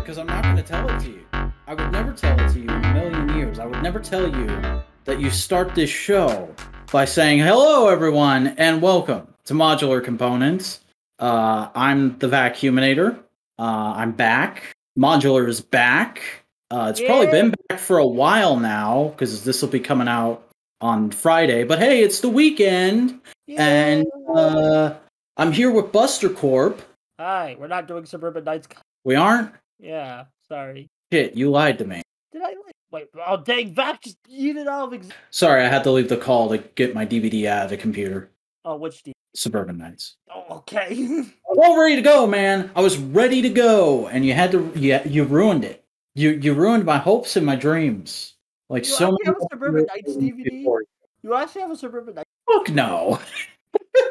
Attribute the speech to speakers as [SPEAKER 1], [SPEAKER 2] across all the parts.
[SPEAKER 1] because I'm not going to tell it to you. I would never tell it to you in a million years. I would never tell you that you start this show by saying, hello, everyone, and welcome to Modular Components. Uh, I'm the Vacuuminator. Uh, I'm back. Modular is back. Uh, it's probably been back for a while now because this will be coming out on Friday. But hey, it's the weekend, and uh, I'm here with Buster Corp.
[SPEAKER 2] Hi, we're not doing Suburban Nights. co-
[SPEAKER 1] We aren't.
[SPEAKER 2] Yeah, sorry.
[SPEAKER 1] Shit, you lied to me.
[SPEAKER 2] Did I like? Wait, oh dang, Vac just yeeted out of ex-
[SPEAKER 1] Sorry, I had to leave the call to get my DVD out of the computer.
[SPEAKER 2] Oh, which D?
[SPEAKER 1] Suburban Nights.
[SPEAKER 2] Oh, okay.
[SPEAKER 1] I was all ready to go, man. I was ready to go, and you had to. Yeah, you ruined it. You you ruined my hopes and my dreams. Like
[SPEAKER 2] You
[SPEAKER 1] so
[SPEAKER 2] actually have
[SPEAKER 1] many.
[SPEAKER 2] a Suburban Nights DVD? you actually have a Suburban Nights.
[SPEAKER 1] Fuck no.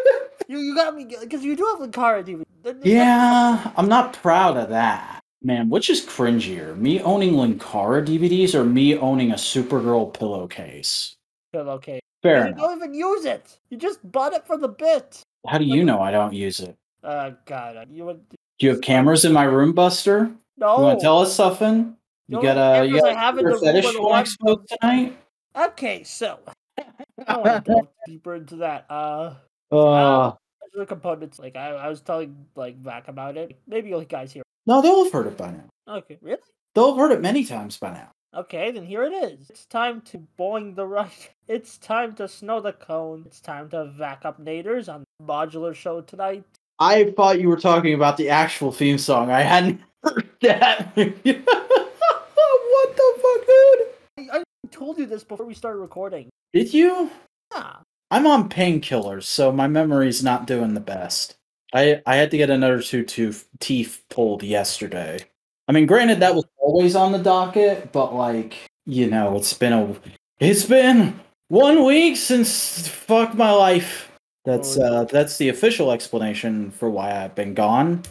[SPEAKER 2] You you got me because you do have Linkara DVD. Then- then-
[SPEAKER 1] Yeah, I'm not proud of that. Man, which is cringier? Me owning Linkara DVDs or me owning a Supergirl pillowcase?
[SPEAKER 2] Well, okay.
[SPEAKER 1] Fair
[SPEAKER 2] you
[SPEAKER 1] enough.
[SPEAKER 2] don't even use it. You just bought it for the bit.
[SPEAKER 1] How do you know I don't use it?
[SPEAKER 2] Uh, God, you would
[SPEAKER 1] Do you have cameras in my room, Buster?
[SPEAKER 2] no.
[SPEAKER 1] You want to tell us something? You
[SPEAKER 2] No,
[SPEAKER 1] got a you
[SPEAKER 2] cameras I
[SPEAKER 1] got
[SPEAKER 2] have
[SPEAKER 1] a
[SPEAKER 2] in the
[SPEAKER 1] your
[SPEAKER 2] room
[SPEAKER 1] fetish
[SPEAKER 2] are the
[SPEAKER 1] you want to
[SPEAKER 2] ones-
[SPEAKER 1] expose tonight?
[SPEAKER 2] Okay, so I don't want to delve deeper into that. Uh.
[SPEAKER 1] Uh,
[SPEAKER 2] The components, like I, I was telling like Vac about it. Maybe you guys hear.
[SPEAKER 1] no, they'll have heard it by now.
[SPEAKER 2] Okay, really?
[SPEAKER 1] They'll have heard it many times by now.
[SPEAKER 2] Okay, then here it is. It's time to boing the rush. It's time to snow the cone. It's time to vac up naders on the modular show tonight.
[SPEAKER 1] I thought you were talking about the actual theme song. I hadn't heard that. what the fuck, dude?
[SPEAKER 2] I, I told you this before we started recording.
[SPEAKER 1] Did you?
[SPEAKER 2] Yeah.
[SPEAKER 1] I'm on painkillers, so my memory's not doing the best. I I had to get another two tooth teeth pulled yesterday. I mean, granted that was always on the docket, but like you know, it's been a it's been one week since fuck my life. That's uh, that's the official explanation for why I've been gone.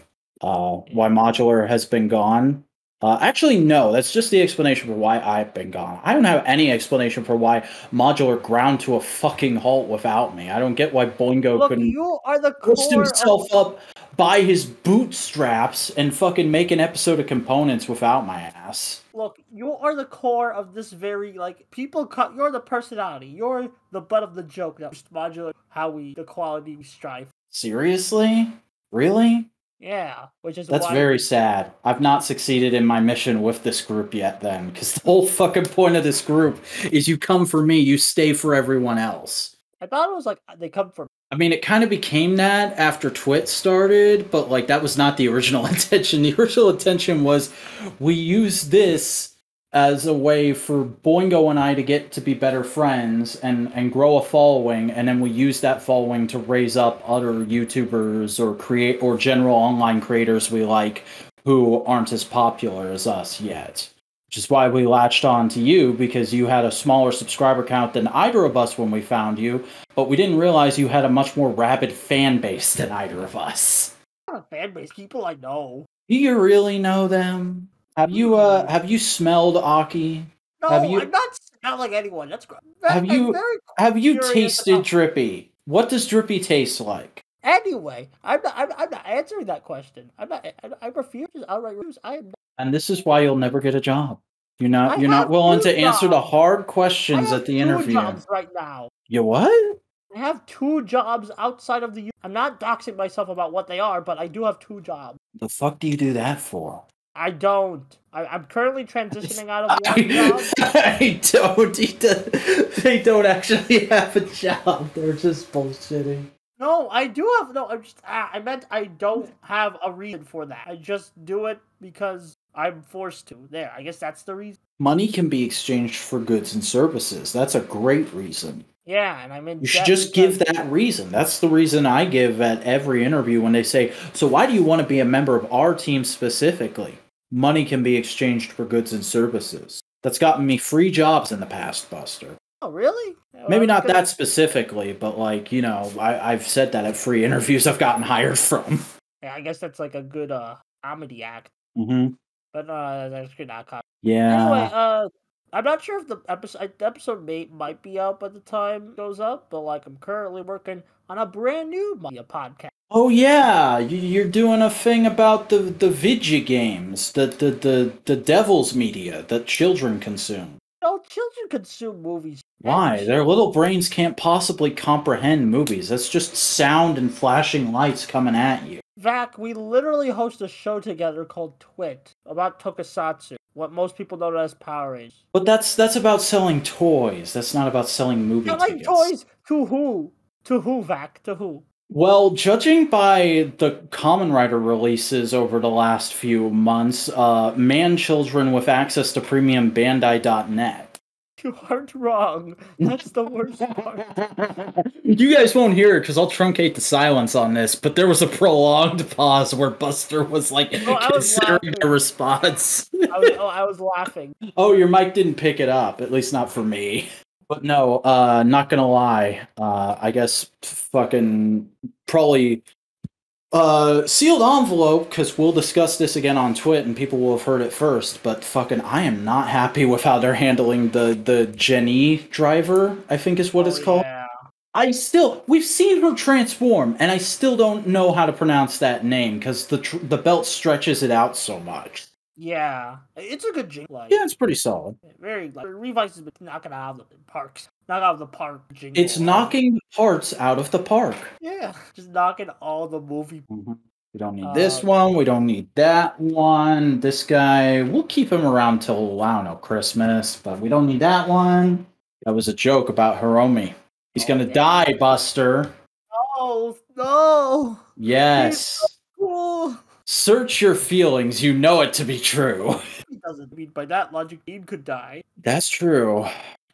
[SPEAKER 1] Uh, why modular has been gone. Uh, actually, no, that's just the explanation for why I've been gone. I don't have any explanation for why modular ground to a fucking halt without me. I don't get why Boingo
[SPEAKER 2] Look,
[SPEAKER 1] couldn't
[SPEAKER 2] you are the
[SPEAKER 1] twist
[SPEAKER 2] core.
[SPEAKER 1] himself
[SPEAKER 2] Of,
[SPEAKER 1] up by his bootstraps and fucking make an episode of components without my ass.
[SPEAKER 2] look, you are the core of this very like people. Cut. You're the personality. You're the butt of the joke. That modular how we the quality we strive.
[SPEAKER 1] Seriously? Really?
[SPEAKER 2] Yeah, which is
[SPEAKER 1] That's
[SPEAKER 2] why
[SPEAKER 1] very sad. I've not succeeded in my mission with this group yet, then, because the whole fucking point of this group is you come for me, you stay for everyone else.
[SPEAKER 2] I thought it was like uh, they come from.
[SPEAKER 1] I mean, it kind of became that after Twit started, but like that was not the original intention. The original intention was we use this as a way for Boingo and I to get to be better friends and and grow a following, and then we use that following to raise up other YouTubers or create or general online creators we like who aren't as popular as us yet. Which is why we latched on to you because you had a smaller subscriber count than either of us when we found you but we didn't realize you had a much more rabid fan base than either of us.
[SPEAKER 2] not a fan base. People I know.
[SPEAKER 1] Do you really know them? Have you uh have you smelled Aki?
[SPEAKER 2] No,
[SPEAKER 1] Have you-
[SPEAKER 2] I'm not smelling anyone. That's gr-
[SPEAKER 1] Have
[SPEAKER 2] I'm
[SPEAKER 1] you-
[SPEAKER 2] Very...
[SPEAKER 1] Have you
[SPEAKER 2] Curious
[SPEAKER 1] tasted
[SPEAKER 2] about-
[SPEAKER 1] Drippy? What does Drippy taste like?
[SPEAKER 2] Anyway, I'm not. I'm, I'm not answering that question. I'm not. I, I refuse. I refuse. I am. Not,
[SPEAKER 1] And this is why you'll never get a job. You're not
[SPEAKER 2] I
[SPEAKER 1] you're
[SPEAKER 2] have
[SPEAKER 1] not willing
[SPEAKER 2] two
[SPEAKER 1] to answer the
[SPEAKER 2] jobs.
[SPEAKER 1] hard
[SPEAKER 2] I
[SPEAKER 1] questions
[SPEAKER 2] have
[SPEAKER 1] at the
[SPEAKER 2] two
[SPEAKER 1] interview.
[SPEAKER 2] jobs right now.
[SPEAKER 1] You what?
[SPEAKER 2] I have two jobs outside of the. U- I'm not doxing myself about what they are, but I do have two jobs.
[SPEAKER 1] The fuck do you do that for?
[SPEAKER 2] I don't. I, I'm currently transitioning out of one job.
[SPEAKER 1] I, I don't. He do- They don't actually have a job. They're just bullshitting.
[SPEAKER 2] No, I do have no. I'm just. Ah, I meant I don't have a reason for that. I just do it because I'm forced to. There. I guess that's the reason.
[SPEAKER 1] money can be exchanged for goods and services. That's a great reason.
[SPEAKER 2] Yeah, and I'm in.
[SPEAKER 1] You should
[SPEAKER 2] debt
[SPEAKER 1] just
[SPEAKER 2] because-
[SPEAKER 1] give that reason. That's the reason I give at every interview when they say, So, why do you want to be a member of our team specifically? Money can be exchanged for goods and services. That's gotten me free jobs in the past, Buster.
[SPEAKER 2] Oh, really? Yeah, well,
[SPEAKER 1] Maybe not
[SPEAKER 2] because-
[SPEAKER 1] that specifically, but like, you know, I, I've said that at free interviews I've gotten hired from.
[SPEAKER 2] Yeah, I guess that's like a good uh comedy act,
[SPEAKER 1] Mm-hmm.
[SPEAKER 2] but uh, that's good not comedy.
[SPEAKER 1] Yeah.
[SPEAKER 2] Anyway, uh, I'm not sure if the episode the episode may, might be up at the time it goes up, but like I'm currently working on a brand new media podcast.
[SPEAKER 1] Oh yeah, you- you're doing a thing about the the video games, the the the the devil's media that children consume.
[SPEAKER 2] No, children consume movies.
[SPEAKER 1] Why? Their little brains can't possibly comprehend movies. That's just sound and flashing lights coming at you.
[SPEAKER 2] Vac, we literally host a show together called Twit about tokusatsu, what most people know as Power Rangers.
[SPEAKER 1] But that's that's about selling toys. That's not about selling movie
[SPEAKER 2] I like
[SPEAKER 1] tickets.
[SPEAKER 2] toys to who? To who, Vac? To who?
[SPEAKER 1] Well, judging by the Common Rider releases over the last few months, uh, man children with access to premium Bandai.net.
[SPEAKER 2] You aren't wrong. That's the worst part.
[SPEAKER 1] You guys won't hear it because I'll truncate the silence on this, but there was a prolonged pause where Buster was like
[SPEAKER 2] Oh, I was
[SPEAKER 1] considering a
[SPEAKER 2] laughing.
[SPEAKER 1] response.
[SPEAKER 2] I was, oh, I was laughing.
[SPEAKER 1] Oh, your mic didn't pick it up, at least not for me. But no, uh not gonna lie. Uh I guess fucking probably uh sealed envelope cuz we'll discuss this again on Twit and people will have heard it first, but fucking I am not happy with how they're handling the the Jenny driver, I think is what
[SPEAKER 2] Oh,
[SPEAKER 1] it's called.
[SPEAKER 2] Yeah.
[SPEAKER 1] I still we've seen her transform and I still don't know how to pronounce that name cuz the tr- the belt stretches it out so much.
[SPEAKER 2] Yeah. It's a good jingle. Like,
[SPEAKER 1] Yeah, it's pretty solid.
[SPEAKER 2] Very like Revice has been knocking it out of the parks. Knock out of the park jingle.
[SPEAKER 1] It's knocking parts out of the park.
[SPEAKER 2] Yeah. Just knocking all the movie
[SPEAKER 1] Mm-hmm. We don't need
[SPEAKER 2] Uh,
[SPEAKER 1] this one. We don't need that one. This guy, we'll keep him around till I don't know Christmas, but we don't need that one. That was a joke about Hiromi. He's
[SPEAKER 2] Oh,
[SPEAKER 1] gonna
[SPEAKER 2] yeah.
[SPEAKER 1] die, Buster.
[SPEAKER 2] Oh no.
[SPEAKER 1] Yes.
[SPEAKER 2] Oh.
[SPEAKER 1] Search your feelings. You know it to be true.
[SPEAKER 2] He doesn't I mean by that logic Dean could die.
[SPEAKER 1] That's true.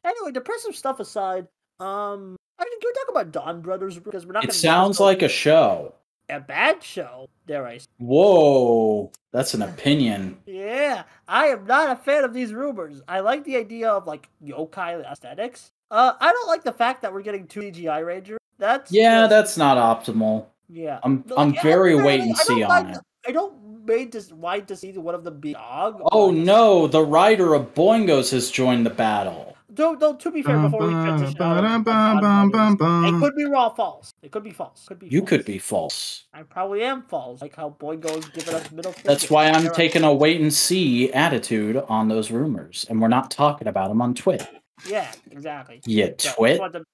[SPEAKER 2] Anyway, depressive stuff aside, um I mean, can we talk about Don Brothers because we're not
[SPEAKER 1] It
[SPEAKER 2] gonna
[SPEAKER 1] sounds
[SPEAKER 2] discuss
[SPEAKER 1] like a show.
[SPEAKER 2] a bad show, dare I say.
[SPEAKER 1] Whoa, that's an opinion.
[SPEAKER 2] Yeah, I am not a fan of these rumors. I like the idea of like yokai aesthetics. Uh, I don't like the fact that we're getting two CGI Ranger. That's
[SPEAKER 1] Yeah,
[SPEAKER 2] just-
[SPEAKER 1] that's not optimal.
[SPEAKER 2] yeah.
[SPEAKER 1] I'm
[SPEAKER 2] But,
[SPEAKER 1] I'm
[SPEAKER 2] like, I
[SPEAKER 1] very wait
[SPEAKER 2] don't
[SPEAKER 1] and
[SPEAKER 2] really- I don't
[SPEAKER 1] see
[SPEAKER 2] like
[SPEAKER 1] on it.
[SPEAKER 2] the- I don't made this why to see one of them be dog.
[SPEAKER 1] Oh
[SPEAKER 2] but-
[SPEAKER 1] no, the rider of Boingos has joined the battle.
[SPEAKER 2] Though, though, to be fair, before we transition, out of Don Brothers, it could be raw false. It could be false. Could be.
[SPEAKER 1] You
[SPEAKER 2] false.
[SPEAKER 1] could be false.
[SPEAKER 2] I probably am false. Like how Boingo's giving us middle.
[SPEAKER 1] That's
[SPEAKER 2] finger.
[SPEAKER 1] why I'm
[SPEAKER 2] They're-
[SPEAKER 1] taking a wait and see attitude on those rumors, and we're not talking about them on Twit.
[SPEAKER 2] Yeah, exactly.
[SPEAKER 1] Yeah,
[SPEAKER 2] So,
[SPEAKER 1] Twit.
[SPEAKER 2] want to-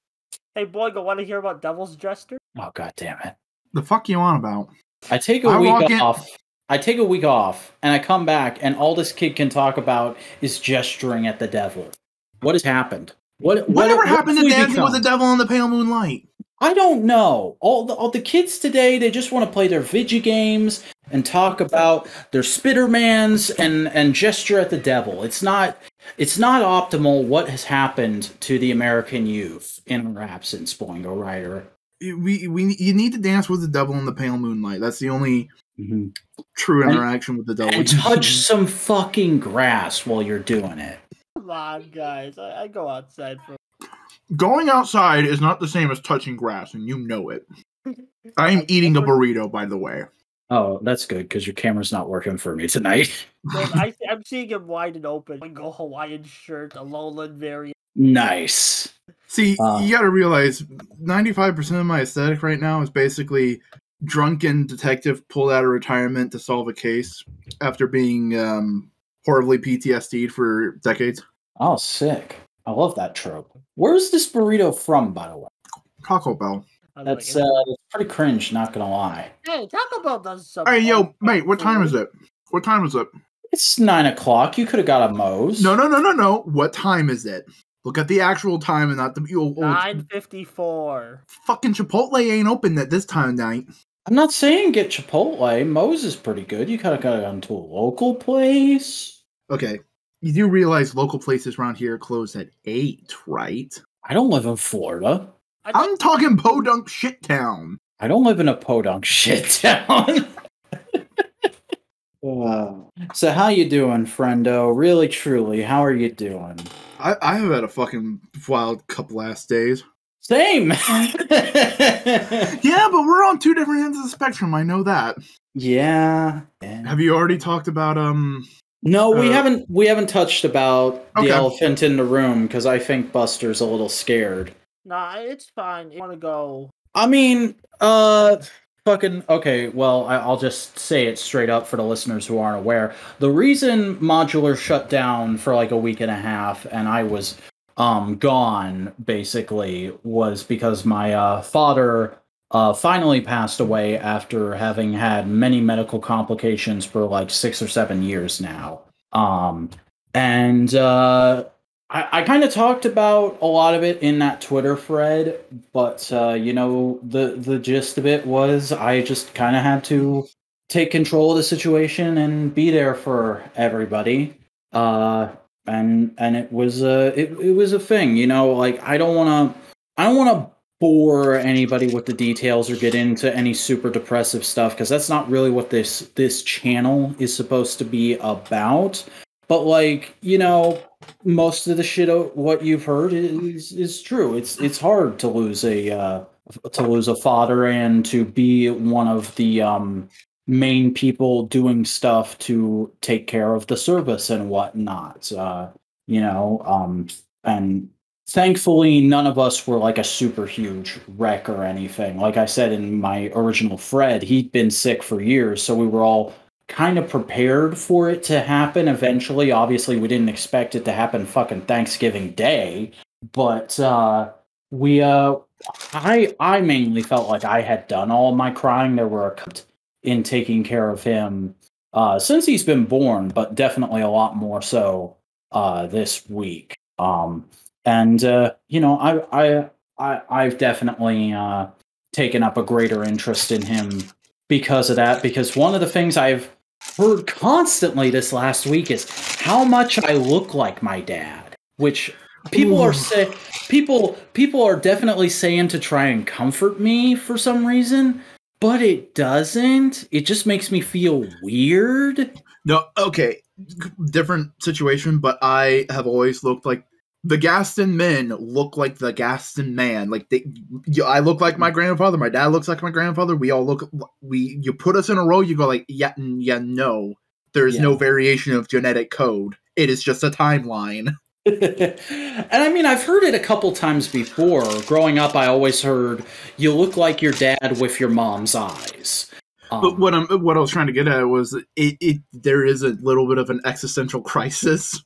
[SPEAKER 2] Hey, Boingo, want to hear about Devil's Jester?
[SPEAKER 1] Oh god damn it!
[SPEAKER 3] The fuck you on about?
[SPEAKER 1] I take a
[SPEAKER 3] I walk
[SPEAKER 1] week
[SPEAKER 3] in-
[SPEAKER 1] off. I take a week off, and I come back, and all this kid can talk about is gesturing at the devil. What has happened? What? what-
[SPEAKER 3] Whatever
[SPEAKER 1] what
[SPEAKER 3] happened
[SPEAKER 1] have
[SPEAKER 3] to
[SPEAKER 1] we
[SPEAKER 3] dancing
[SPEAKER 1] become?
[SPEAKER 3] with the devil in the pale moonlight?
[SPEAKER 1] I don't know. All the, all the kids today, they just want to play their video games and talk about their Spittermans and and gesture at the devil. It's not it's not optimal what has happened to the American youth in our absence, Boingo Rider.
[SPEAKER 3] We we you need to dance with the devil in the pale moonlight. That's the only true
[SPEAKER 1] And-
[SPEAKER 3] interaction with the devil.
[SPEAKER 1] And touch some fucking grass while you're doing it.
[SPEAKER 2] Come on, guys. I, I go outside for.
[SPEAKER 3] Going outside is not the same as touching grass, and you know it. I am eating a burrito, by the way.
[SPEAKER 1] Oh, that's good because your camera's not working for me tonight.
[SPEAKER 2] Man, I, see- I'm seeing him wide and open. I go Hawaiian shirt, a lowland variant.
[SPEAKER 1] nice.
[SPEAKER 3] See,
[SPEAKER 1] Uh.
[SPEAKER 3] you gotta realize 95% of my aesthetic right now is basically drunken detective pulled out of retirement to solve a case after being um, horribly PTSD'd for decades.
[SPEAKER 1] Oh, sick. I love that trope. Where's this burrito from, by the way?
[SPEAKER 3] Taco Bell.
[SPEAKER 2] I was
[SPEAKER 1] That's
[SPEAKER 2] like,
[SPEAKER 1] uh, that's pretty cringe. Not gonna lie.
[SPEAKER 2] hey, Taco Bell does something.
[SPEAKER 3] Hey, yo, mate, what time is it? What time is it?
[SPEAKER 1] It's nine o'clock. You could have got a Moe's.
[SPEAKER 3] No, no, no, no, no. What time is it? Look at the actual time and not the you old,
[SPEAKER 2] Nine fifty four.
[SPEAKER 3] fucking Chipotle ain't open at this time of night.
[SPEAKER 1] I'm not saying get Chipotle. Moe's is pretty good. You could have got gone to a local place.
[SPEAKER 3] Okay. You do realize local places around here close at eight, right?
[SPEAKER 1] I don't live in Florida.
[SPEAKER 3] I'm talking podunk shit town.
[SPEAKER 1] I don't live in a podunk shit town. so how you doing, friendo? Really, truly, how are you doing?
[SPEAKER 3] I, I have had a fucking wild couple last days.
[SPEAKER 1] Same.
[SPEAKER 3] Yeah, but we're on two different ends of the spectrum. I know that.
[SPEAKER 1] yeah. yeah.
[SPEAKER 3] Have you already talked about um?
[SPEAKER 1] No, we
[SPEAKER 3] Uh,
[SPEAKER 1] haven't. We haven't touched about
[SPEAKER 3] Okay.
[SPEAKER 1] the elephant in the room because I think Buster's a little scared.
[SPEAKER 2] Nah, it's fine. You want to go?
[SPEAKER 1] I mean, uh, fucking okay. Well, I, I'll just say it straight up for the listeners who aren't aware. The reason modular shut down for like a week and a half, and I was um gone basically was because my uh, father uh, finally passed away after having had many medical complications for like six or seven years now. Um, and uh, I, I kind of talked about a lot of it in that Twitter thread, but uh, you know the the gist of it was I just kind of had to take control of the situation and be there for everybody. Uh, and and it was a it, it was a thing, you know. Like I don't want to I don't want to bore anybody with the details or get into any super depressive stuff because that's not really what this this channel is supposed to be about. But like you know, most of the shit o- what you've heard is is true. It's it's hard to lose a uh, to lose a father and to be one of the um, main people doing stuff to take care of the service and whatnot. Uh, you know, um, and thankfully none of us were like a super huge wreck or anything like i said in my original thread he'd been sick for years so we were all kind of prepared for it to happen eventually obviously we didn't expect it to happen fucking thanksgiving day but uh we uh i i mainly felt like i had done all my crying there were a cut in taking care of him uh since he's been born but definitely a lot more so uh this week um and uh, you know I, I i i've definitely uh taken up a greater interest in him because of that because one of the things i've heard constantly this last week is how much i look like my dad which people are
[SPEAKER 3] Ooh.
[SPEAKER 1] say people people are definitely saying to try and comfort me for some reason but it doesn't it just makes me feel weird
[SPEAKER 3] No, okay, different situation, but I have always looked like the Gaston men look like the Gaston man. Like they, you, I look like my grandfather. My dad looks like my grandfather. We all look. We you put us in a row. You go like yeah, n- yeah, no. There is
[SPEAKER 1] Yeah.
[SPEAKER 3] no variation of genetic code. It is just a timeline.
[SPEAKER 1] and I mean, I've heard it a couple times before. Growing up, I always heard you look like your dad with your mom's eyes. Um,
[SPEAKER 3] But what I'm what I was trying to get at was it, it there is a little bit of an existential crisis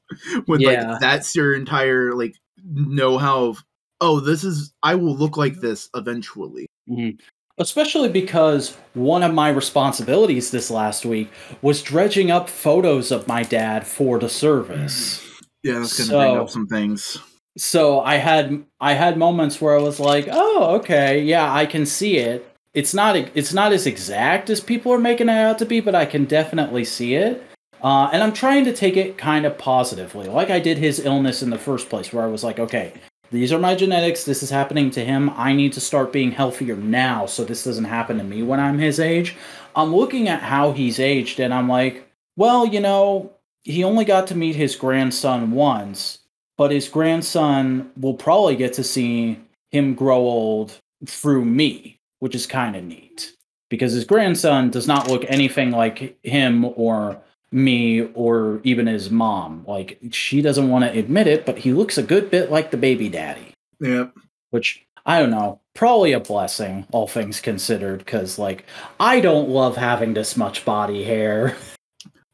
[SPEAKER 3] when
[SPEAKER 1] Yeah.
[SPEAKER 3] like that's your entire like know how of oh this is I will look like this eventually.
[SPEAKER 1] Mhm. Especially because one of my responsibilities this last week was dredging up photos of my dad for the service.
[SPEAKER 3] Yeah, that's gonna bring up
[SPEAKER 1] So-
[SPEAKER 3] some things.
[SPEAKER 1] so I had I had moments where I was like, "Oh, okay, yeah, I can see it. It's not it's not as exact as people are making it out to be, but I can definitely see it." Uh, and I'm trying to take it kind of positively, like I did his illness in the first place, where I was like, "Okay, these are my genetics. This is happening to him. I need to start being healthier now, so this doesn't happen to me when I'm his age." I'm looking at how he's aged, and I'm like, "Well, you know, he only got to meet his grandson once." but his grandson will probably get to see him grow old through me, which is kind of neat because his grandson does not look anything like him or me or even his mom. Like she doesn't want to admit it, but he looks a good bit like the baby daddy,
[SPEAKER 3] Yeah.
[SPEAKER 1] which I don't know, probably a blessing all things considered cuz like I don't love having this much body hair.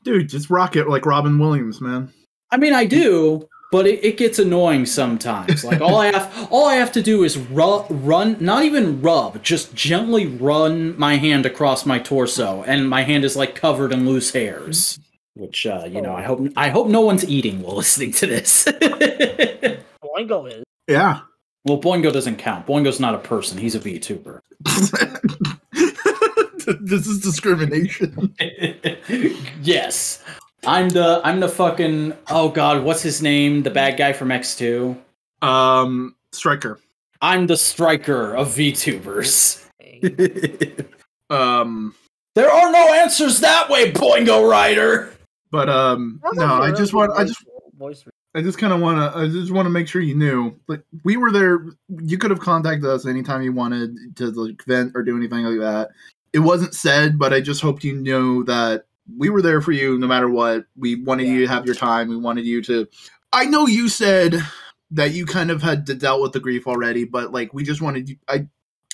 [SPEAKER 3] Dude, just rock it like Robin Williams, man.
[SPEAKER 1] I mean, I do, but it, it gets annoying sometimes. Like all I have, all I have to do is rub, run, not even rub, just gently run my hand across my torso, and my hand is like covered in loose hairs. Which uh, you know, I hope I hope no one's eating while listening to this.
[SPEAKER 2] Boingo is.
[SPEAKER 3] Yeah.
[SPEAKER 1] well, Boingo doesn't count. Boingo's not a person; he's a VTuber.
[SPEAKER 3] this is discrimination.
[SPEAKER 1] yes, I'm the I'm the fucking oh god, what's his name? The bad guy from X Two.
[SPEAKER 3] Um striker.
[SPEAKER 1] I'm the striker of VTubers.
[SPEAKER 3] Um
[SPEAKER 1] There are no answers that way, Boingo Rider.
[SPEAKER 3] but um no, I just want I just
[SPEAKER 2] voice. voice-
[SPEAKER 3] I just kind of want to. I just want to make sure you knew. Like we were there. You could have contacted us anytime you wanted to like vent or do anything like that. It wasn't said, but I just hoped you knew that we were there for you no matter what. We wanted you to have your time. We wanted you to. I know you said that you kind of had dealt with the grief already, but like we just wanted. You, I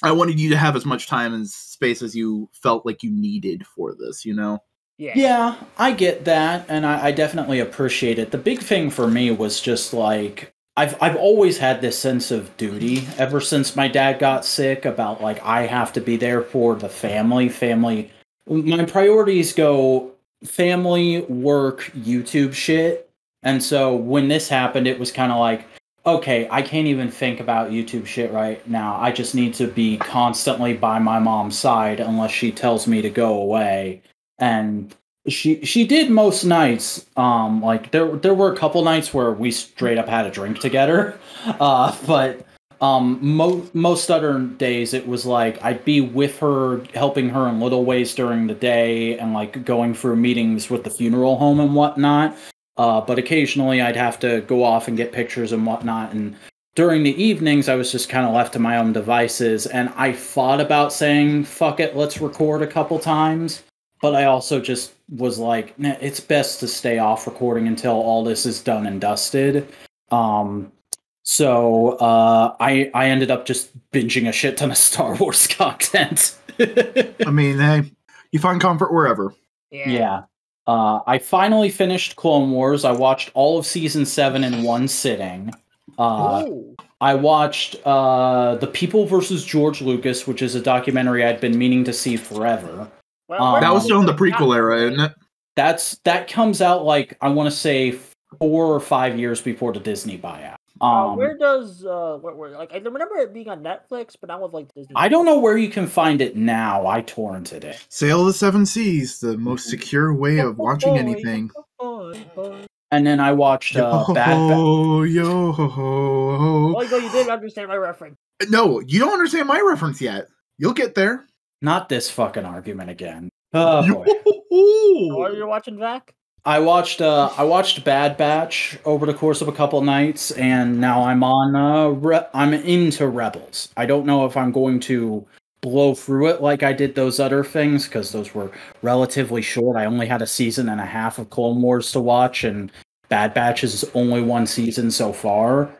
[SPEAKER 3] I wanted you to have as much time and space as you felt like you needed for this, you know?
[SPEAKER 2] Yeah.
[SPEAKER 1] Yeah, I get that, and I, I definitely appreciate it. The big thing for me was just like I've I've always had this sense of duty ever since my dad got sick about like I have to be there for the family. Family, my priorities go family, work, YouTube shit, and so when this happened, it was kind of like. Okay, I can't even think about YouTube shit right now. I just need to be constantly by my mom's side unless she tells me to go away and she she did most nights um like there there were a couple nights where we straight up had a drink together uh but um mo- most other days it was like i'd be with her helping her in little ways during the day and like going through meetings with the funeral home and whatnot uh but occasionally i'd have to go off and get pictures and whatnot and during the evenings i was just kind of left to my own devices and i thought about saying fuck it let's record a couple times but I also just was like, nah, it's best to stay off recording until all this is done and dusted. Um, so uh, I I ended up just binging a shit ton of Star Wars content.
[SPEAKER 3] I mean, hey, you find comfort wherever.
[SPEAKER 2] Yeah.
[SPEAKER 1] yeah, uh, I finally finished Clone Wars. I watched all of season seven in one sitting. Uh,
[SPEAKER 2] Ooh.
[SPEAKER 1] I watched uh, The People versus George Lucas, which is a documentary I'd been meaning to see forever.
[SPEAKER 2] Well,
[SPEAKER 1] um,
[SPEAKER 2] where
[SPEAKER 3] That was
[SPEAKER 2] is
[SPEAKER 3] still in the prequel era, isn't it?
[SPEAKER 1] that's that comes out like I want to say four or five years before the Disney buyout.
[SPEAKER 2] Uh,
[SPEAKER 1] Um,
[SPEAKER 2] where does uh, where, where, like I remember it being on Netflix, but now with like Disney.
[SPEAKER 1] I don't know where you can find it now. I torrented it,
[SPEAKER 3] Sail of the Seven Seas, the
[SPEAKER 2] Mm-hmm.
[SPEAKER 3] most secure way of watching anything.
[SPEAKER 2] Oh, oh.
[SPEAKER 1] and then I watched uh, Bad. Ba-
[SPEAKER 3] Yo, yo, ho, ho, ho.
[SPEAKER 2] Well, you go, you didn't understand my reference.
[SPEAKER 3] No, you don't understand my reference yet. You'll get there.
[SPEAKER 1] Not this fucking argument again. Oh boy.
[SPEAKER 2] Oh, you're watching Vac.
[SPEAKER 1] I watched uh, I watched Bad Batch over the course of a couple nights, and now I'm on uh, Re- I'm into Rebels. I don't know if I'm going to blow through it like I did those other things because those were relatively short. I only had a season and a half of Clone Wars to watch, and Bad Batch is only one season so far.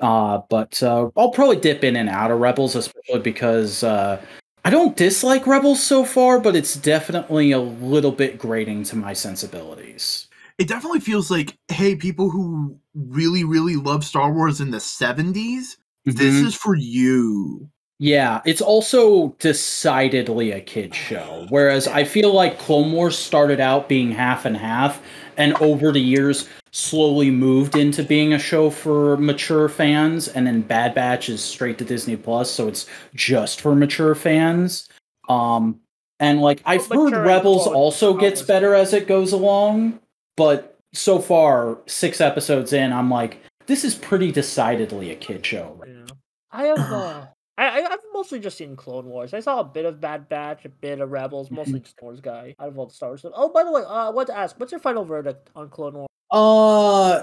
[SPEAKER 1] Uh, but uh, I'll probably dip in and out of Rebels, especially because uh, I don't dislike Rebels so far, but it's definitely a little bit grating to my sensibilities.
[SPEAKER 3] It definitely feels like, hey, people who really, really love Star Wars in the 70s, this
[SPEAKER 1] Mhm.
[SPEAKER 3] is for you.
[SPEAKER 1] yeah, it's also decidedly a kid show. Whereas I feel like Clone Wars started out being half and half, and over the years slowly moved into being a show for mature fans, and then Bad Batch is straight to Disney Plus, so it's just for mature fans. Um, and like I've
[SPEAKER 2] Well,
[SPEAKER 1] heard
[SPEAKER 2] mature
[SPEAKER 1] Rebels
[SPEAKER 2] and
[SPEAKER 1] also
[SPEAKER 2] quality
[SPEAKER 1] gets better as it goes along, but so far six episodes in, I'm like, this is pretty decidedly a kid show.
[SPEAKER 2] Yeah. I have. Uh, I, I I've mostly just seen Clone Wars. I saw a bit of Bad Batch, a bit of Rebels, mostly just Clone Wars guy. Out of all the Star Wars stuff. Oh, by the way, uh, I want to ask, what's your final verdict on Clone Wars?
[SPEAKER 1] Uh,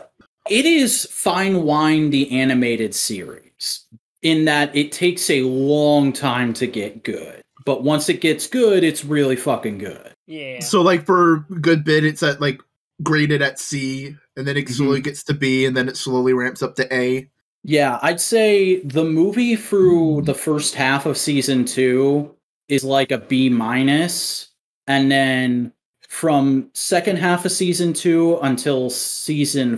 [SPEAKER 1] it is Fine Wine, the animated series, in that it takes a long time to get good. But once it gets good, it's really fucking good.
[SPEAKER 2] Yeah.
[SPEAKER 3] So, like, for a good bit, it's at like graded at C, and then it
[SPEAKER 1] Mm-hmm.
[SPEAKER 3] slowly gets to B, and then it slowly ramps up to A.
[SPEAKER 1] Yeah, I'd say the movie through the first half of season two is like a B minus, and then from second half of season two until season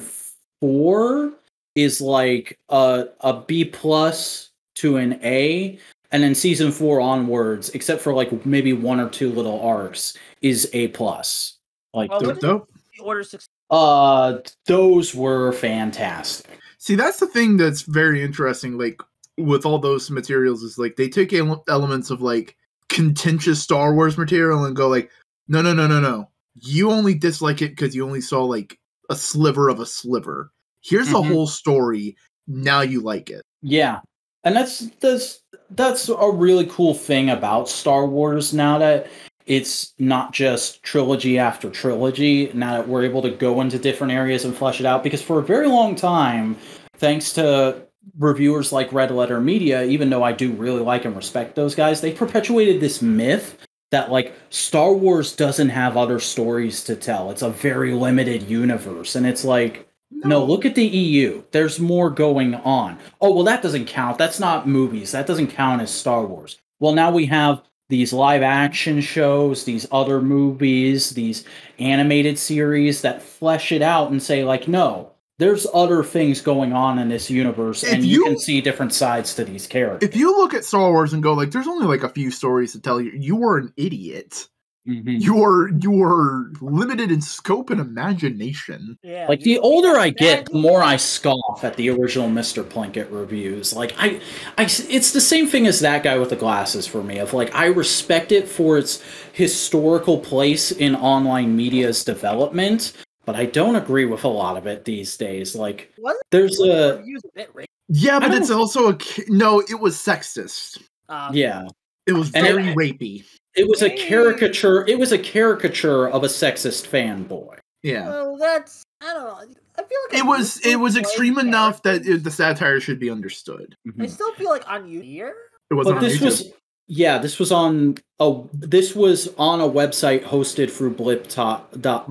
[SPEAKER 1] four is like a a B plus to an A, and then season four onwards, except for like maybe one or two little arcs, is A plus. Like
[SPEAKER 2] Oh,
[SPEAKER 1] th-
[SPEAKER 3] Dope, dope.
[SPEAKER 2] The Order six.
[SPEAKER 1] uh, those were fantastic.
[SPEAKER 3] See, that's the thing that's very interesting. Like with all those materials, is like they take ele- elements of like contentious Star Wars material and go like, no, no, no, no, no. You only dislike it because you only saw like a sliver of a sliver. Here's
[SPEAKER 1] Mhm.
[SPEAKER 3] the whole story. Now you like it.
[SPEAKER 1] Yeah. And that's that's that's a really cool thing about Star Wars now that it's not just trilogy after trilogy, now that we're able to go into different areas and flesh it out because for a very long time, thanks to reviewers like Red Letter Media, even though I do really like and respect those guys, they perpetuated this myth that like Star Wars doesn't have other stories to tell. It's a very limited universe and it's like No, look at the EU. There's more going on. Oh, well, that doesn't count. That's not movies. That doesn't count as Star Wars. Well, now we have these live action shows, these other movies, these animated series that flesh it out and say, like, no, there's other things going on in this universe,
[SPEAKER 3] If
[SPEAKER 1] and you,
[SPEAKER 3] you-
[SPEAKER 1] can see different sides to these characters.
[SPEAKER 3] If you look at Star Wars and go like, "There's only like a few stories to tell you," you are an idiot.
[SPEAKER 1] Mhm.
[SPEAKER 3] You are you are limited in scope and imagination.
[SPEAKER 2] Yeah.
[SPEAKER 1] Like
[SPEAKER 2] you-
[SPEAKER 1] the older I get,
[SPEAKER 2] Exactly.
[SPEAKER 1] the more I scoff at the original Mr. Plinkett reviews. Like I, I, s- it's the same thing as that guy with the glasses for me. Of like, I respect it for its historical place in online media's development, but I don't agree with a lot of it these days. Like,
[SPEAKER 2] Wasn't
[SPEAKER 1] there's
[SPEAKER 2] the
[SPEAKER 1] a
[SPEAKER 2] reviews a bit racist?
[SPEAKER 3] Yeah, but
[SPEAKER 1] don't-
[SPEAKER 3] it's also a ki- no. It was sexist.
[SPEAKER 2] Uh,
[SPEAKER 1] yeah,
[SPEAKER 3] It was
[SPEAKER 1] And it-
[SPEAKER 3] very rapey.
[SPEAKER 1] it was a
[SPEAKER 2] Hey.
[SPEAKER 1] caricature. It was a caricature of a sexist fanboy.
[SPEAKER 3] Yeah,
[SPEAKER 2] Well, that's I don't know. I feel like
[SPEAKER 3] it
[SPEAKER 2] on
[SPEAKER 3] was
[SPEAKER 2] YouTube,
[SPEAKER 3] it was
[SPEAKER 2] like,
[SPEAKER 3] extreme enough that
[SPEAKER 2] characters-
[SPEAKER 3] it, the satire should be understood.
[SPEAKER 2] I
[SPEAKER 1] Mm-hmm.
[SPEAKER 2] still feel like on you here.
[SPEAKER 3] It wasn't.
[SPEAKER 1] But
[SPEAKER 3] on
[SPEAKER 1] this
[SPEAKER 3] YouTube.
[SPEAKER 1] was yeah, this was on a this was on a website hosted through Blip Top dot,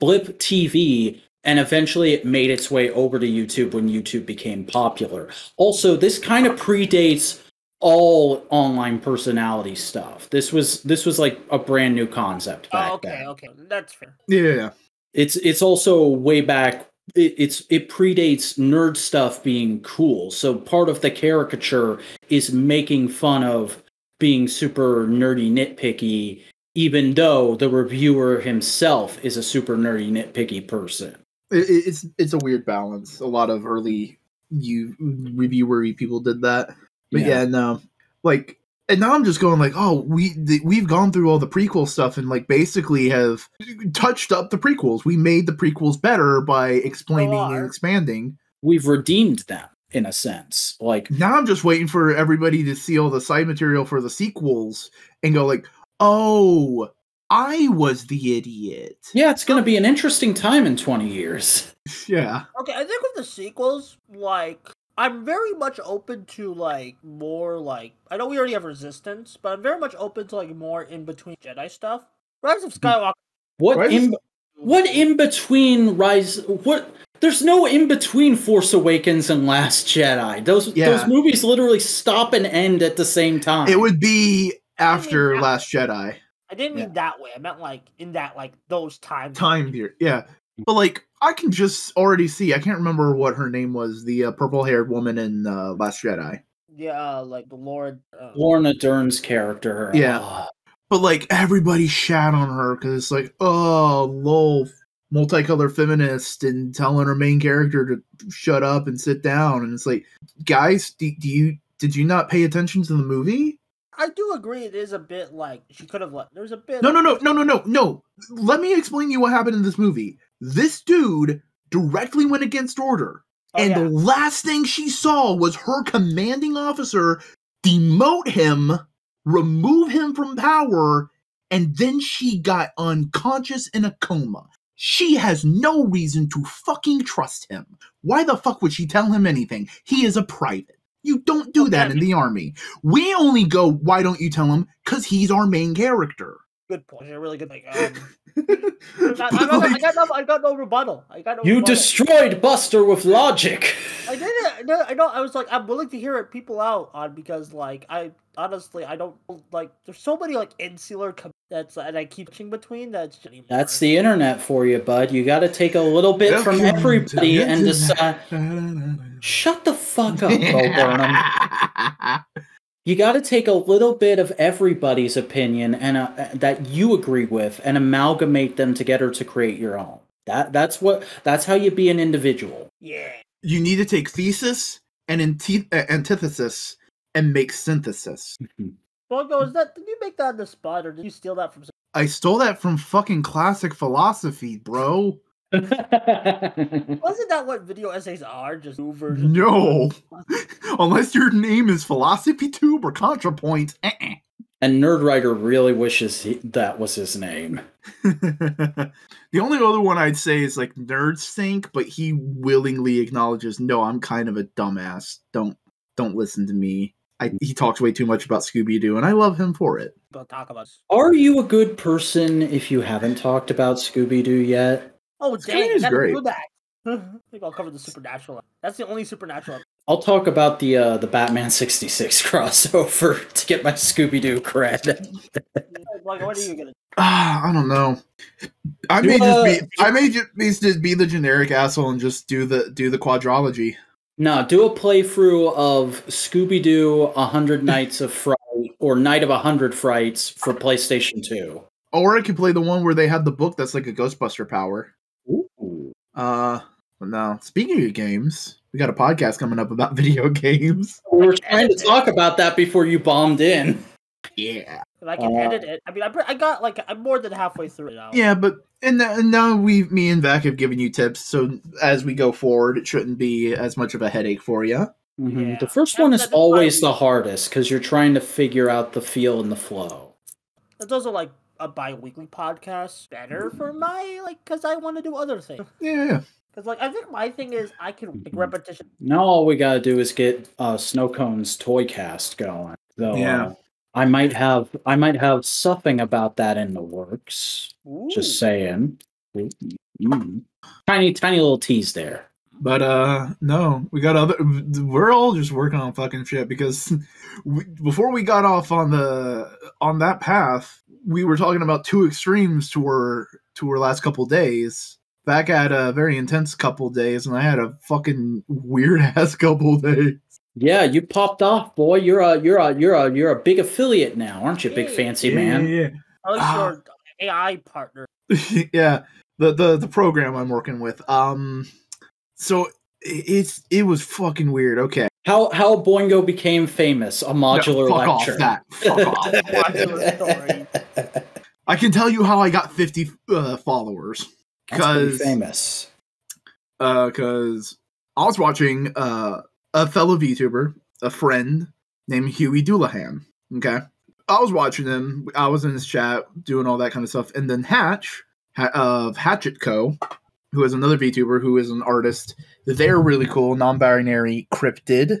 [SPEAKER 1] Blip TV and eventually it made its way over to YouTube when YouTube became popular. Also, this kind of predates all online personality stuff. This was this was like a brand new concept back
[SPEAKER 2] Oh, okay,
[SPEAKER 1] then.
[SPEAKER 2] okay, that's fair.
[SPEAKER 3] yeah.
[SPEAKER 1] It's it's also way back. It, it's it predates nerd stuff being cool. So part of the caricature is making fun of being super nerdy nitpicky, even though the reviewer himself is a super nerdy nitpicky person.
[SPEAKER 3] It, it- it's it's a weird balance. A lot of early you reviewery people did that, but yeah, no, like, and now I'm just going like, oh, we th- we've gone through all the prequel stuff and like basically have touched up the prequels. We made the prequels better by explaining
[SPEAKER 2] are.
[SPEAKER 3] and expanding.
[SPEAKER 1] we've redeemed them in a sense. Like
[SPEAKER 3] Now I'm just waiting for everybody to see all the side material for the sequels and go like, oh, I was the idiot.
[SPEAKER 1] yeah, it's going to be an interesting time in 20 years.
[SPEAKER 3] Yeah.
[SPEAKER 2] Okay, I think with the sequels, like I'm very much open to like more like I know we already have Resistance, but I'm very much open to like more in between Jedi stuff. Rise
[SPEAKER 3] Hmm.
[SPEAKER 2] of Skywalker.
[SPEAKER 1] What
[SPEAKER 3] Rise
[SPEAKER 1] in what in between rise what there's no in between Force Awakens and Last Jedi. Those
[SPEAKER 3] Yeah.
[SPEAKER 1] those movies literally stop and end at the same time.
[SPEAKER 3] It would be after
[SPEAKER 2] Yeah.
[SPEAKER 3] Last Jedi.
[SPEAKER 2] I didn't mean that way. I meant like in that like those times.
[SPEAKER 3] time period. Yeah, but like I can just already see. I can't remember what her name was. The uh, purple-haired woman in uh, Last Jedi.
[SPEAKER 2] Yeah, like the Lord. Uh,
[SPEAKER 1] Lorna Dern's character.
[SPEAKER 3] Yeah.
[SPEAKER 1] ah,
[SPEAKER 3] But like everybody shat on her because it's like, oh, lol, multicolor feminist, and telling her main character to shut up and sit down. And it's like, guys, do, do you did you not pay attention to the movie?
[SPEAKER 2] I do agree. It is a bit like she could have let. There's a bit.
[SPEAKER 3] No, no, no, no, no, no, no. Let me explain to you what happened in this movie. This dude directly went against order.
[SPEAKER 2] Oh,
[SPEAKER 3] and
[SPEAKER 2] yeah.
[SPEAKER 3] the last thing she saw was her commanding officer demote him, remove him from power, and then she got unconscious in a coma. She has no reason to fucking trust him. Why the fuck would she tell him anything? He is a private. You don't do that in the army. We only go, why don't you tell him? Because he's our main character.
[SPEAKER 2] good point. It's a really good. Like, um, I,
[SPEAKER 3] But,
[SPEAKER 2] got- I, got no, I
[SPEAKER 3] like,
[SPEAKER 2] got no. I got no rebuttal. I got no.
[SPEAKER 1] You
[SPEAKER 2] rebuttal.
[SPEAKER 1] destroyed Buster with logic.
[SPEAKER 2] I didn't. No, I know. I was like, I'm willing to hear it people out on because, like, I honestly, I don't like. There's so many like insular com- that's and I keep switching between. That's just anymore.
[SPEAKER 1] That's the internet for you, bud. You got to take a little bit from
[SPEAKER 3] Welcome to
[SPEAKER 1] everybody
[SPEAKER 3] the
[SPEAKER 1] and uh,
[SPEAKER 3] internet.
[SPEAKER 1] decide. Shut the fuck up, Bo Burnham. you got to take a little bit of everybody's opinion and uh, that you agree with and amalgamate them together to create your own that that's what that's how you be an individual
[SPEAKER 2] yeah.
[SPEAKER 3] you need to take thesis and antith- uh, antithesis and make synthesis.
[SPEAKER 2] Bongo, is that? Did you make that on the spot, or did you steal that from? some-
[SPEAKER 3] I stole that from fucking classic philosophy, bro.
[SPEAKER 2] Wasn't that what video essays are? Just new versions.
[SPEAKER 3] No, unless your name is Philosophy Tube or ContraPoint.
[SPEAKER 1] and nerd writer really wishes he, that was his name
[SPEAKER 3] Uh-uh. the only other one I'd say is like Nerd Sync, but he willingly acknowledges, no, I'm kind of a dumbass. Don't don't listen to me. I, he talks way too much about Scooby Doo, and I love him for it.
[SPEAKER 2] Don't talk about. it.
[SPEAKER 1] are you a good person if you haven't talked about scooby-doo yet
[SPEAKER 2] Oh,
[SPEAKER 3] Screen
[SPEAKER 2] dang!
[SPEAKER 3] is
[SPEAKER 2] That's
[SPEAKER 3] great.
[SPEAKER 2] Do that. I think I'll cover the supernatural. That's the only supernatural.
[SPEAKER 1] I'll talk about the uh, the Batman sixty six crossover to get my Scooby Doo cred.
[SPEAKER 2] Like, what are you gonna?
[SPEAKER 3] Ah, I don't know. I
[SPEAKER 1] Do,
[SPEAKER 3] may
[SPEAKER 1] uh,
[SPEAKER 3] just be I may just be, just be the generic asshole and just do the do the quadrology.
[SPEAKER 1] no, do a playthrough of Scooby Doo hundred Nights of Fright or Night of hundred Frights for PlayStation Two.
[SPEAKER 3] Or I could play the one where they had the book that's like a Ghostbuster power.
[SPEAKER 1] Ooh.
[SPEAKER 3] Uh but no. Speaking of games, we got a podcast coming up about video games.
[SPEAKER 1] We were trying to talk about that before you bombed in.
[SPEAKER 3] Yeah.
[SPEAKER 2] If I can
[SPEAKER 1] Uh,
[SPEAKER 2] edit it, I mean, I, pre- I got like I'm more than halfway through it now.
[SPEAKER 3] Yeah, but and, th- and now we me and Vac have given you tips, so as we go forward it shouldn't be as much of a headache for you.
[SPEAKER 1] Mhm.
[SPEAKER 2] Yeah.
[SPEAKER 1] The first
[SPEAKER 2] That-
[SPEAKER 1] one
[SPEAKER 2] that-
[SPEAKER 1] is
[SPEAKER 2] that's why
[SPEAKER 1] always
[SPEAKER 2] we-
[SPEAKER 1] the hardest because you're trying to figure out the feel and the flow.
[SPEAKER 2] It's also like a bi-weekly podcast,
[SPEAKER 3] Mm-hmm.
[SPEAKER 2] better for my like, cause I want to do other things.
[SPEAKER 3] Yeah.
[SPEAKER 2] Cause like I think my thing is I
[SPEAKER 3] Mm-hmm.
[SPEAKER 2] can like
[SPEAKER 1] Mhm.
[SPEAKER 2] repetition.
[SPEAKER 1] Now all we gotta do is get uh, Snow Cone's toy cast going. So
[SPEAKER 3] Yeah.
[SPEAKER 1] uh, I might have I might have something about that in the works.
[SPEAKER 2] Ooh.
[SPEAKER 1] Just saying. Mm. Tiny tiny little tease there.
[SPEAKER 3] But uh no, we got other. We're all just working on fucking shit because we, before we got off on the on that path, we were talking about two extremes to our to our last couple days. Back had a very intense couple days, and I had a fucking weird ass couple days.
[SPEAKER 1] Yeah, you popped off, boy. You're a you're a you're a you're a big affiliate now, aren't you, big
[SPEAKER 2] Yeah.
[SPEAKER 1] fancy man?
[SPEAKER 2] I like
[SPEAKER 3] Ah.
[SPEAKER 2] your AI partner.
[SPEAKER 3] yeah, yeah. The the the program I'm working with. Um, so i- it's it was fucking weird. Okay,
[SPEAKER 1] How how Boingo became famous, a
[SPEAKER 3] No,
[SPEAKER 1] modular
[SPEAKER 3] fuck
[SPEAKER 1] lecture.
[SPEAKER 3] off that. Fuck off.
[SPEAKER 2] Modular story.
[SPEAKER 3] I can tell you how I got 50 uh, followers.
[SPEAKER 1] That's pretty
[SPEAKER 3] 'Cause-
[SPEAKER 1] famous.
[SPEAKER 3] Because I was watching uh, a fellow VTuber, a friend named Huey Doulahan. Okay. I was watching him. I was in his chat doing all that kind of stuff. And then Hatch ha- of Hatchet Co., who is another VTuber who is an artist. They're really cool, non binary, cryptid,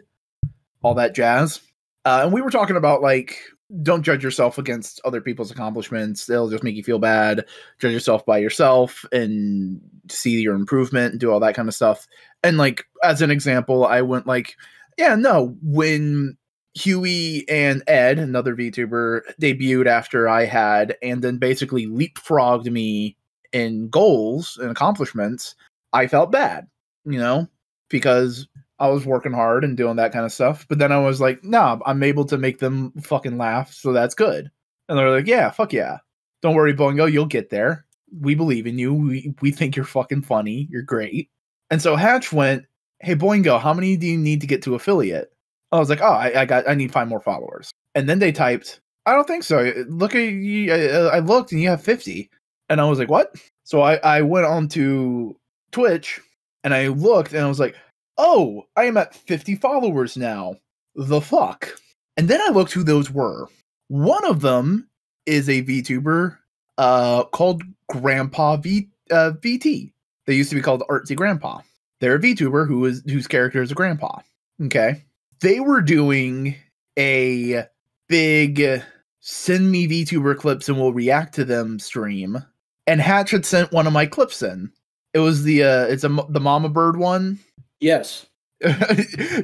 [SPEAKER 3] all that jazz. Uh, and we were talking about like, don't judge yourself against other people's accomplishments. They'll just make you feel bad. Judge yourself by yourself and see your improvement and do all that kind of stuff. And like, as an example, I went like, yeah, no, when Huey and Ed, another VTuber, debuted after I had, and then basically leapfrogged me in goals and accomplishments, I felt bad, you know, because I was working hard and doing that kind of stuff. But then I was like, nah, I'm able to make them fucking laugh, so that's good. And they're like, yeah, fuck yeah. Don't worry, Bongo, you'll get there. We believe in you. We, we think you're fucking funny. You're great. And so Hatch went, hey, Boingo, how many do you need to get to affiliate? I was like, oh, I, I got, I need five more followers. And then they typed, I don't think so. Look at you. I, I looked and you have 50. And I was like, what? So I, I went on to Twitch and I looked and I was like, oh, I am at 50 followers now. The fuck. And then I looked who those were. One of them is a VTuber uh, called Grandpa v, uh, VT. They used to be called Artsy Grandpa. They're a VTuber who is whose character is a grandpa. Okay they were doing a big uh, send me VTuber clips and we'll react to them stream. And Hatch had sent one of my clips in. It was the uh, it's a mo- the Mama Bird one.
[SPEAKER 1] Yes.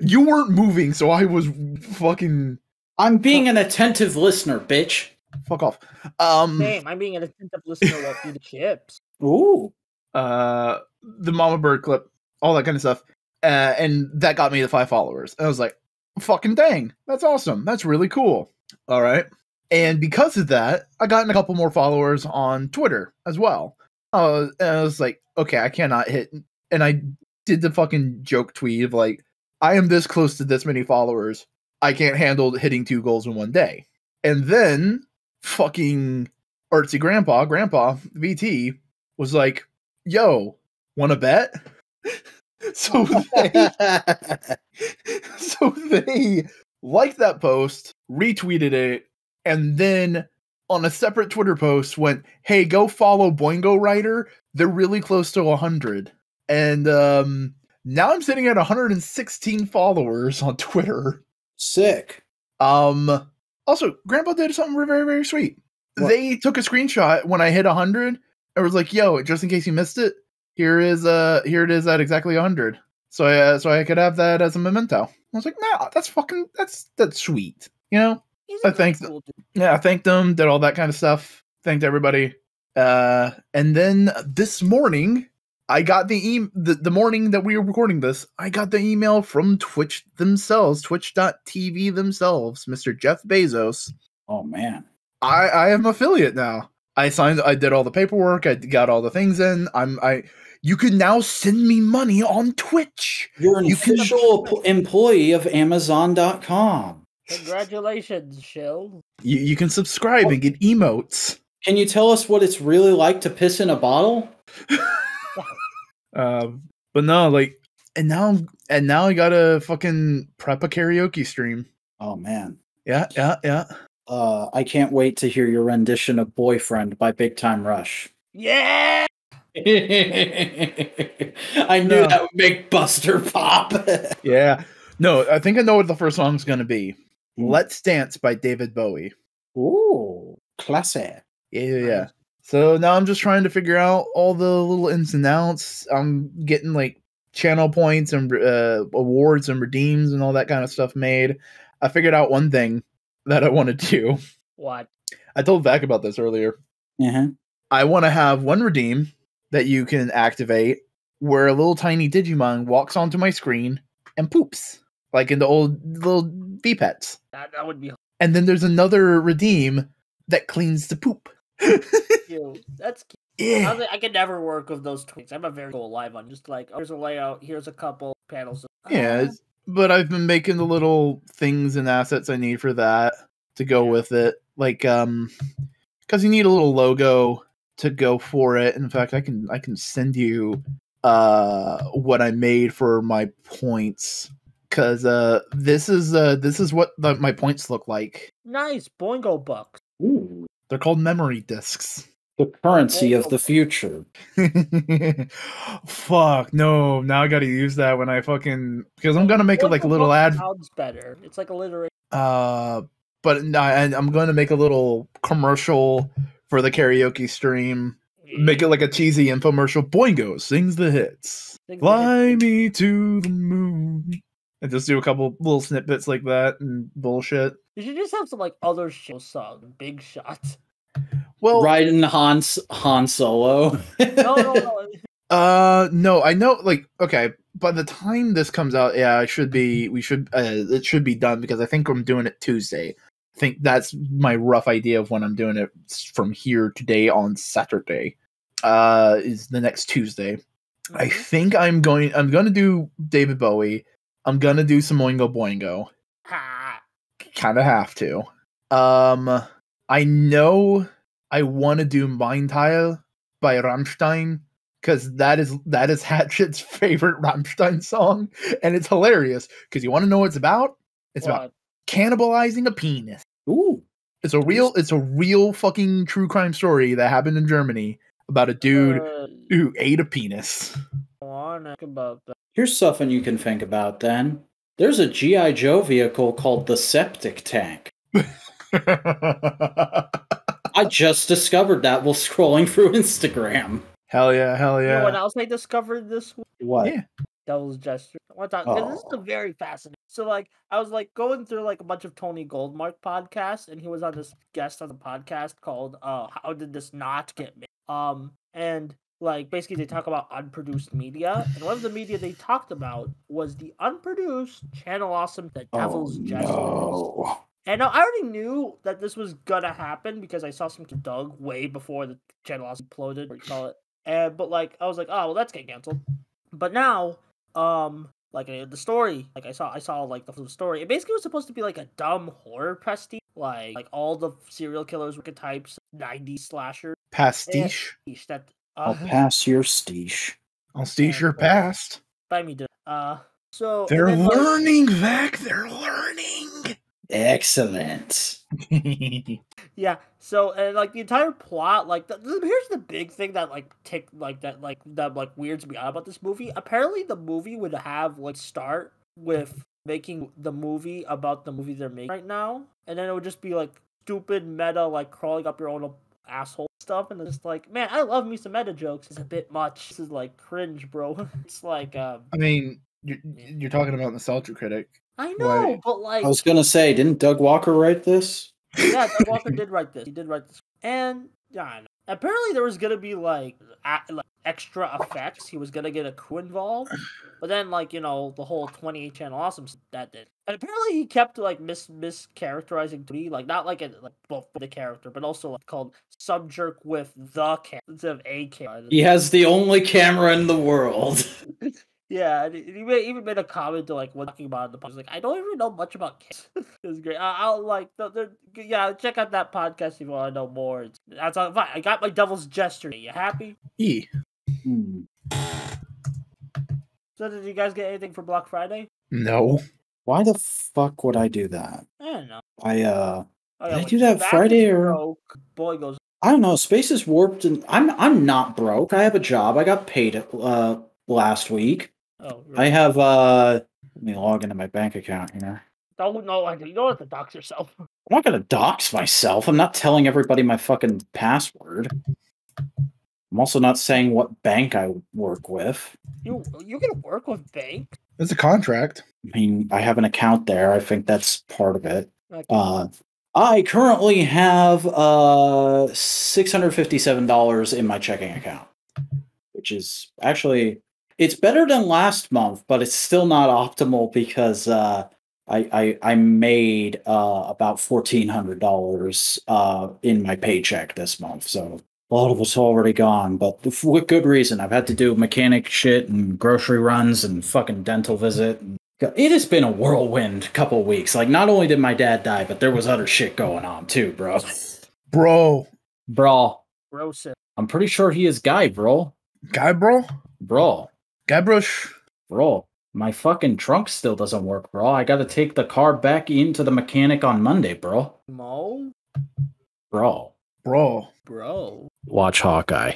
[SPEAKER 3] you weren't moving, so I was fucking
[SPEAKER 1] I'm being an attentive listener, bitch.
[SPEAKER 3] fuck off. Um,
[SPEAKER 2] Same. I'm being an attentive listener while you the chips.
[SPEAKER 1] Ooh.
[SPEAKER 3] uh, the Mama Bird clip, all that kind of stuff, uh, and that got me the five followers. And I was like, "Fucking dang, that's awesome! That's really cool." All right, and because of that, I gotten a couple more followers on Twitter as well. Uh, and I was like, "Okay, I cannot hit," and I did the fucking joke tweet of like, "I am this close to this many followers. I can't handle hitting two goals in one day." And then, fucking artsy grandpa, grandpa VT was like, yo, want to bet? so they, so they liked that post, retweeted it, and then on a separate Twitter post went, "Hey, go follow Boingo Rider. They're really close to 100." And um now I'm sitting at 116 followers on Twitter.
[SPEAKER 1] Sick.
[SPEAKER 3] Um also, Grandpa did something very very sweet.
[SPEAKER 1] What?
[SPEAKER 3] They took a screenshot when I hit 100 and was like, "Yo, just in case you missed it, here is uh here it is at exactly 100 so uh, so i could have that as a memento i was like nah that's fucking that's that's sweet you know
[SPEAKER 2] He's
[SPEAKER 3] I
[SPEAKER 2] a
[SPEAKER 3] think
[SPEAKER 2] cool dude.
[SPEAKER 3] yeah i thanked them did all that kind of stuff thanked everybody uh and then this morning i got the e- the, the morning that we were recording this i got the email from twitch themselves twitch.tv themselves mr jeff bezos
[SPEAKER 1] Oh man.
[SPEAKER 3] I I am affiliate now. I signed. I did all the paperwork. I got all the things in. I'm I. You can now send me money on Twitch.
[SPEAKER 1] You're an
[SPEAKER 3] You can-
[SPEAKER 1] official em- employee of Amazon.com.
[SPEAKER 2] Congratulations, Shill.
[SPEAKER 3] You, you can subscribe and get emotes.
[SPEAKER 1] Can you tell us what it's really like to piss in a bottle?
[SPEAKER 3] Um, but no, like, and now I'm- and now I gotta fucking prep a karaoke stream.
[SPEAKER 1] Oh man.
[SPEAKER 3] Yeah, yeah, yeah.
[SPEAKER 1] Uh, I can't wait to hear your rendition of Boyfriend by Big Time Rush.
[SPEAKER 2] Yeah.
[SPEAKER 1] I knew
[SPEAKER 3] No.
[SPEAKER 1] that would make Buster pop.
[SPEAKER 3] Yeah. No, I think I know what the first song's gonna be.
[SPEAKER 1] Hmm.
[SPEAKER 3] Let's Dance by David Bowie.
[SPEAKER 1] Ooh, classy.
[SPEAKER 3] Yeah, yeah,
[SPEAKER 2] Nice.
[SPEAKER 3] yeah. So now I'm just trying to figure out all the little ins and outs. I'm getting like channel points and uh, awards and redeems and all that kind of stuff made. I figured out one thing that I want to do.
[SPEAKER 2] What?
[SPEAKER 3] I told Vac about this earlier.
[SPEAKER 1] Uh-huh.
[SPEAKER 3] I want to have one redeem that you can activate where a little tiny Digimon walks onto my screen and poops, like in the old little V pets.
[SPEAKER 2] That, that would be
[SPEAKER 3] And then there's another redeem that cleans the poop.
[SPEAKER 2] cute. That's cute.
[SPEAKER 3] yeah.
[SPEAKER 2] I, I can never work with those tweets. I'm a very cool live on just like, oh, here's a layout, here's a couple panels.
[SPEAKER 3] Yeah,
[SPEAKER 2] Ah,
[SPEAKER 3] it's- but I've been making the little things and assets I need for that to go
[SPEAKER 2] Yeah.
[SPEAKER 3] with it. Like um cuz you need a little logo to go for it. In fact, I can I can send you uh what I made for my points cuz uh this is uh this is what the, my points look like.
[SPEAKER 2] nice Boingo Bucks.
[SPEAKER 1] Ooh,
[SPEAKER 3] They're called memory discs.
[SPEAKER 1] the currency of the future.
[SPEAKER 3] Fuck, no. Now I got to use that when I fucking cuz I'm going to make it like a
[SPEAKER 2] Boingo
[SPEAKER 3] little
[SPEAKER 2] Bucks
[SPEAKER 3] ad
[SPEAKER 2] Sounds better. It's like alliteration.
[SPEAKER 3] Uh, but no, I, I'm going to make a little commercial for the karaoke stream. Make it like a cheesy infomercial. Boingo sings the hits.
[SPEAKER 2] Sings the
[SPEAKER 3] Fly me to the moon. And just do a couple little snippets like that and bullshit.
[SPEAKER 2] You should just have some like other show song, big shots.
[SPEAKER 3] Well,
[SPEAKER 1] Riding Han, Han Solo.
[SPEAKER 2] No, no, no.
[SPEAKER 3] uh, no, I know. Like, okay, by the time this comes out, yeah, I should be. We should. Uh, it should be done because I think I'm doing it Tuesday. I think that's my rough idea of when I'm doing it s- from here today on Saturday. Uh, is the next Tuesday. I
[SPEAKER 2] Mhm.
[SPEAKER 3] think I'm going. I'm going to do David Bowie. I'm going to do some Oingo Boingo.
[SPEAKER 2] Ha.
[SPEAKER 3] Kind of have to. Um, I know I want to do Mein Teil by Rammstein because that is that is Hatchet's favorite Rammstein song, and it's hilarious. Because you want to know what it's about? It's about
[SPEAKER 2] What?
[SPEAKER 3] cannibalizing a penis.
[SPEAKER 1] Ooh,
[SPEAKER 3] It's a real. It's a real fucking true crime story that happened in Germany about a dude
[SPEAKER 2] Uh,
[SPEAKER 3] who ate a penis.
[SPEAKER 2] I wanna think about that.
[SPEAKER 1] here's something you can think about then. There's a G.I. Joe vehicle called the Septic Tank. I just discovered that while scrolling through Instagram.
[SPEAKER 3] hell yeah! Hell
[SPEAKER 2] You know what
[SPEAKER 3] yeah!
[SPEAKER 2] else I discovered this week?
[SPEAKER 1] What?
[SPEAKER 3] Yeah.
[SPEAKER 2] Devil's Gesture. I want to talk because this is a
[SPEAKER 1] Oh.
[SPEAKER 2] very fascinating. So like I was like going through like a bunch of Tony Goldmark podcasts, and he was on this guest on the podcast called uh How Did This Not Get Made? Um and like basically they talk about unproduced media, and one of the media they talked about was the unproduced Channel Awesome The
[SPEAKER 1] Oh,
[SPEAKER 2] Devil's Gesture.
[SPEAKER 1] no.
[SPEAKER 2] And I already knew that this was gonna happen because I saw some dog way before the channel was imploded, what you call it. And but like I was like, oh well, that's getting canceled. But now, um, like I, the story, like I saw, I saw like the full story. It basically was supposed to be like a dumb horror prestige, like like all the serial killers were types, '90s slasher
[SPEAKER 3] Pastiche.
[SPEAKER 2] ish that.
[SPEAKER 1] I'll
[SPEAKER 2] Uh,
[SPEAKER 1] pass your steesh.
[SPEAKER 3] I'll steesh your past.
[SPEAKER 2] by me, dude. Uh, so and
[SPEAKER 3] They're
[SPEAKER 2] then, like-
[SPEAKER 3] learning, Vac. They're learning.
[SPEAKER 1] Excellent.
[SPEAKER 2] Yeah. So and like the entire plot, like the, the- here's the big thing that like tick like that like that like weirds me out about this movie. Apparently, the movie would have like start with making the movie about the movie they're making right now, and then it would just be like stupid meta, like crawling up your own asshole stuff, and it's just like, man, I love me some meta jokes. It's a bit much. This is like cringe, bro. it's like, um,
[SPEAKER 3] I mean, you're, you're talking about nostalgia critic.
[SPEAKER 2] I know,
[SPEAKER 3] Right.
[SPEAKER 2] but like,
[SPEAKER 1] I was gonna say, didn't Doug Walker write this?
[SPEAKER 2] yeah, Doug Walker did write this. He did write this, and yeah, I know. apparently there was gonna be like, a- like extra effects. He was gonna get a crew involved, but then like you know the whole twenty eight channel awesome s- that did. And apparently he kept like mis mischaracterizing me, like not like a, like both the character, but also like called sub jerk with the character instead of a character.
[SPEAKER 1] He has the only camera in the world.
[SPEAKER 2] Yeah, and he he made, even made a comment to like when talking about it in the podcast. Like, I don't even know much about kids. it was great. I, I'll like, the, the, yeah, check out that podcast if you want to know more. It's, that's all, fine. I got my devil's gesture. You happy?
[SPEAKER 3] E.
[SPEAKER 1] Hmm.
[SPEAKER 2] So, did you guys get anything for Black Friday?
[SPEAKER 3] No.
[SPEAKER 1] Why the fuck would I do that?
[SPEAKER 2] I don't know.
[SPEAKER 1] I uh,
[SPEAKER 2] Oh,
[SPEAKER 1] Did I
[SPEAKER 2] wait,
[SPEAKER 1] do that
[SPEAKER 2] Back
[SPEAKER 1] Friday
[SPEAKER 2] is
[SPEAKER 1] or-
[SPEAKER 2] broke. boy goes
[SPEAKER 1] I don't know. Space is warped, and I'm I'm not broke. I have a job. I got paid uh last week.
[SPEAKER 2] oh really?
[SPEAKER 1] I have uh, let me log into my bank account here.
[SPEAKER 2] don't know like you don't have to dox yourself.
[SPEAKER 1] I'm not gonna dox myself. I'm not telling everybody my fucking password. I'm also not saying what bank I work with.
[SPEAKER 2] You you can work with bank.
[SPEAKER 3] It's a contract.
[SPEAKER 1] I mean, I have an account there. I think that's part of it.
[SPEAKER 2] Like,
[SPEAKER 1] Uh, I currently have uh, $657 in my checking account, which is actually it's better than last month, but it's still not optimal because uh, I, I I made uh, about $1,400 uh, in my paycheck this month, so. A lot of it's already gone, but f- with good reason. I've had to do mechanic shit and grocery runs and fucking dental visit and it has been a whirlwind couple weeks. Like, not only did my dad die, but there was other shit going on too, bro.
[SPEAKER 3] Bro.
[SPEAKER 1] Bro,
[SPEAKER 2] gross. it.
[SPEAKER 1] I'm pretty sure he is guy, bro.
[SPEAKER 3] Guy bro?
[SPEAKER 1] Bro,
[SPEAKER 3] Guy bro. sh-
[SPEAKER 1] bro. My fucking trunk still doesn't work, bro. I gotta take the car back into the mechanic on Monday, bro.
[SPEAKER 2] Mo,
[SPEAKER 1] Bro,
[SPEAKER 3] Bro.
[SPEAKER 2] bro,
[SPEAKER 1] watch Hawkeye.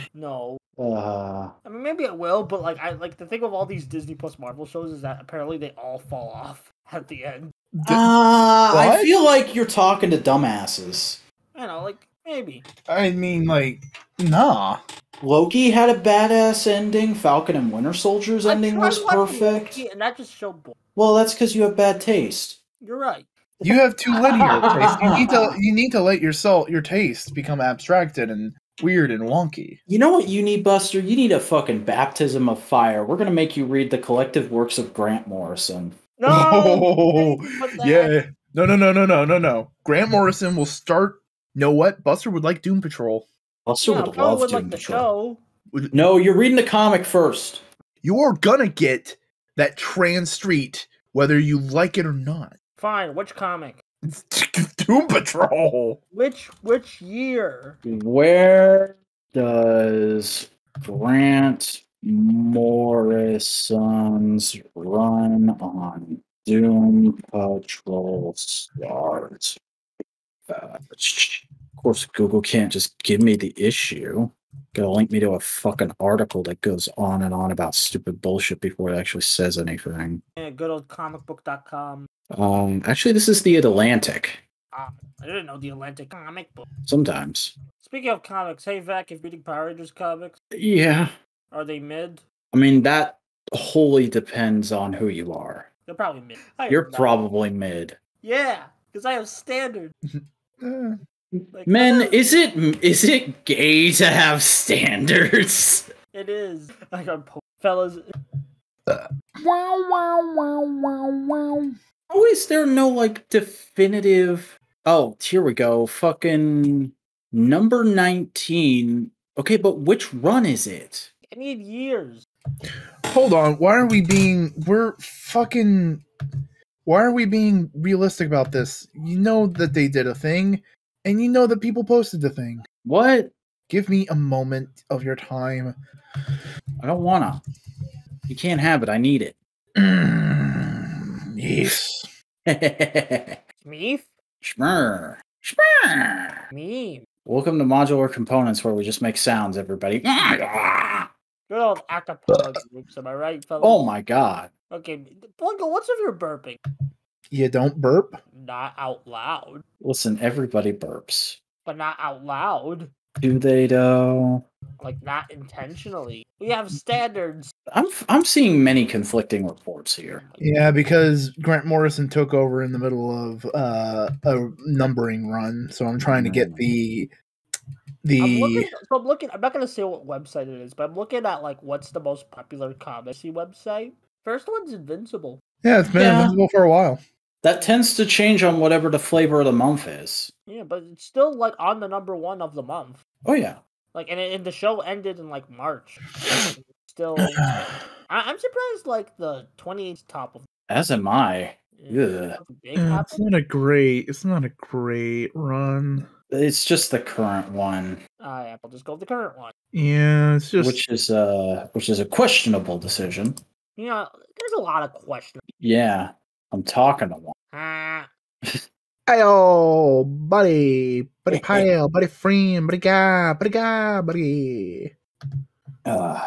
[SPEAKER 2] no.
[SPEAKER 1] uh,
[SPEAKER 2] I mean, maybe it will, but like, I like the thing with all these Disney Plus Marvel shows is that apparently they all fall off at the end.
[SPEAKER 3] D-
[SPEAKER 1] uh, I
[SPEAKER 3] What?
[SPEAKER 1] feel like you're talking to dumbasses.
[SPEAKER 2] You know, like maybe.
[SPEAKER 3] I mean, like, nah.
[SPEAKER 1] Loki had a badass ending. Falcon and Winter Soldier's
[SPEAKER 2] I
[SPEAKER 1] ending
[SPEAKER 2] tried
[SPEAKER 1] was
[SPEAKER 2] watching
[SPEAKER 1] perfect.
[SPEAKER 2] Loki, and that just showed. Bull-
[SPEAKER 1] Well, that's because you have bad taste.
[SPEAKER 2] You're right.
[SPEAKER 3] You have too linear taste. You need to you need to let your salt your taste become abstracted and weird and wonky.
[SPEAKER 1] You know what you need, Buster? You need a fucking baptism of fire. We're gonna make you read the collective works of Grant Morrison.
[SPEAKER 2] No.
[SPEAKER 3] Oh,
[SPEAKER 2] thank you for that.
[SPEAKER 3] yeah. No, no, no, no, no, no, no. Grant Morrison will start. Know what? Buster would like Doom Patrol.
[SPEAKER 1] Buster
[SPEAKER 2] Yeah,
[SPEAKER 1] would
[SPEAKER 2] probably
[SPEAKER 1] love
[SPEAKER 2] would
[SPEAKER 1] Doom
[SPEAKER 2] like the
[SPEAKER 1] Patrol.
[SPEAKER 2] show.
[SPEAKER 1] No, you're reading the comic first.
[SPEAKER 3] You're gonna get that trans street, whether you like it or not.
[SPEAKER 2] Fine. Which comic?
[SPEAKER 3] It's Doom Patrol.
[SPEAKER 2] Which which year?
[SPEAKER 1] Where does Grant Morrison's run on Doom Patrol start? Uh, of course, Google can't just give me the issue. Gotta link me to a fucking article that goes on and on about stupid bullshit before it actually says anything.
[SPEAKER 2] Yeah, Eh, good old comicbook.com.
[SPEAKER 1] Um, actually, this is the Atlantic.
[SPEAKER 2] I didn't know the Atlantic comic book.
[SPEAKER 1] Sometimes.
[SPEAKER 2] Speaking of comics, hey Vac, if reading Power Rangers comics,
[SPEAKER 1] Yeah.
[SPEAKER 2] are they mid?
[SPEAKER 1] I mean, that wholly depends on who you are.
[SPEAKER 2] They're probably mid. I
[SPEAKER 1] You're
[SPEAKER 2] am not.
[SPEAKER 1] probably mid.
[SPEAKER 2] Yeah, because I have standard.
[SPEAKER 3] Eh,
[SPEAKER 2] Like,
[SPEAKER 1] Men,
[SPEAKER 2] I-
[SPEAKER 1] is it is it gay to have standards?
[SPEAKER 2] It is. Like I'm po- fellas.
[SPEAKER 3] Wow, wow, wow, wow, wow.
[SPEAKER 1] How Oh, is there no like definitive? Oh, here we go. Fucking number nineteen. Okay, but which run is it?
[SPEAKER 2] I need years.
[SPEAKER 3] Hold on. Why are we being? We're fucking. Why are we being realistic about this? You know that they did a thing, and you know that people posted the thing.
[SPEAKER 1] What?
[SPEAKER 3] Give me a moment of your time.
[SPEAKER 1] I don't wanna. You can't have it. I need
[SPEAKER 3] yes.
[SPEAKER 1] it.
[SPEAKER 2] Meef?
[SPEAKER 1] Shmur. Shmur.
[SPEAKER 2] Meme.
[SPEAKER 1] Welcome to Modular Components, where we just make sounds, everybody.
[SPEAKER 2] Good old acapella groups, am I right, fellas?
[SPEAKER 1] Oh my god.
[SPEAKER 2] Okay, Blanco, what's if you're burping?
[SPEAKER 3] You don't burp.
[SPEAKER 2] Not out loud.
[SPEAKER 1] Listen, everybody burps.
[SPEAKER 2] but not out loud,
[SPEAKER 1] Do they though?
[SPEAKER 2] like not intentionally. We have standards.
[SPEAKER 1] I'm I'm seeing many conflicting reports here.
[SPEAKER 3] Yeah, because Grant Morrison took over in the middle of uh, a numbering run, so I'm trying to get the
[SPEAKER 2] I'm
[SPEAKER 3] the
[SPEAKER 2] looking, so I'm looking. I'm not gonna say what website it is, but I'm looking at like what's the most popular comicsy website. First one's Invincible.
[SPEAKER 3] yeah. It's been
[SPEAKER 1] Yeah.
[SPEAKER 3] invisible for a while.
[SPEAKER 1] That tends to change on whatever the flavor of the month is.
[SPEAKER 2] Yeah, but it's still like on the number one of the month.
[SPEAKER 1] Oh yeah.
[SPEAKER 2] Like, and, it- and the show ended in like March. Still, I, I'm surprised. Like the 28th top of
[SPEAKER 1] As am I. Yeah.
[SPEAKER 2] nothing big
[SPEAKER 3] Mm.
[SPEAKER 2] happened.
[SPEAKER 3] a great. It's not a great run.
[SPEAKER 1] It's just the current one,
[SPEAKER 2] Uh, yeah, I'll just go with the current one.
[SPEAKER 3] Yeah, it's
[SPEAKER 1] which is uh which is a questionable decision.
[SPEAKER 2] You know, there's a lot of questions.
[SPEAKER 1] Yeah. I'm talking to one.
[SPEAKER 2] Ah,
[SPEAKER 3] oh, buddy, buddy pile, buddy friend, buddy guy, buddy guy, buddy.
[SPEAKER 1] Uh,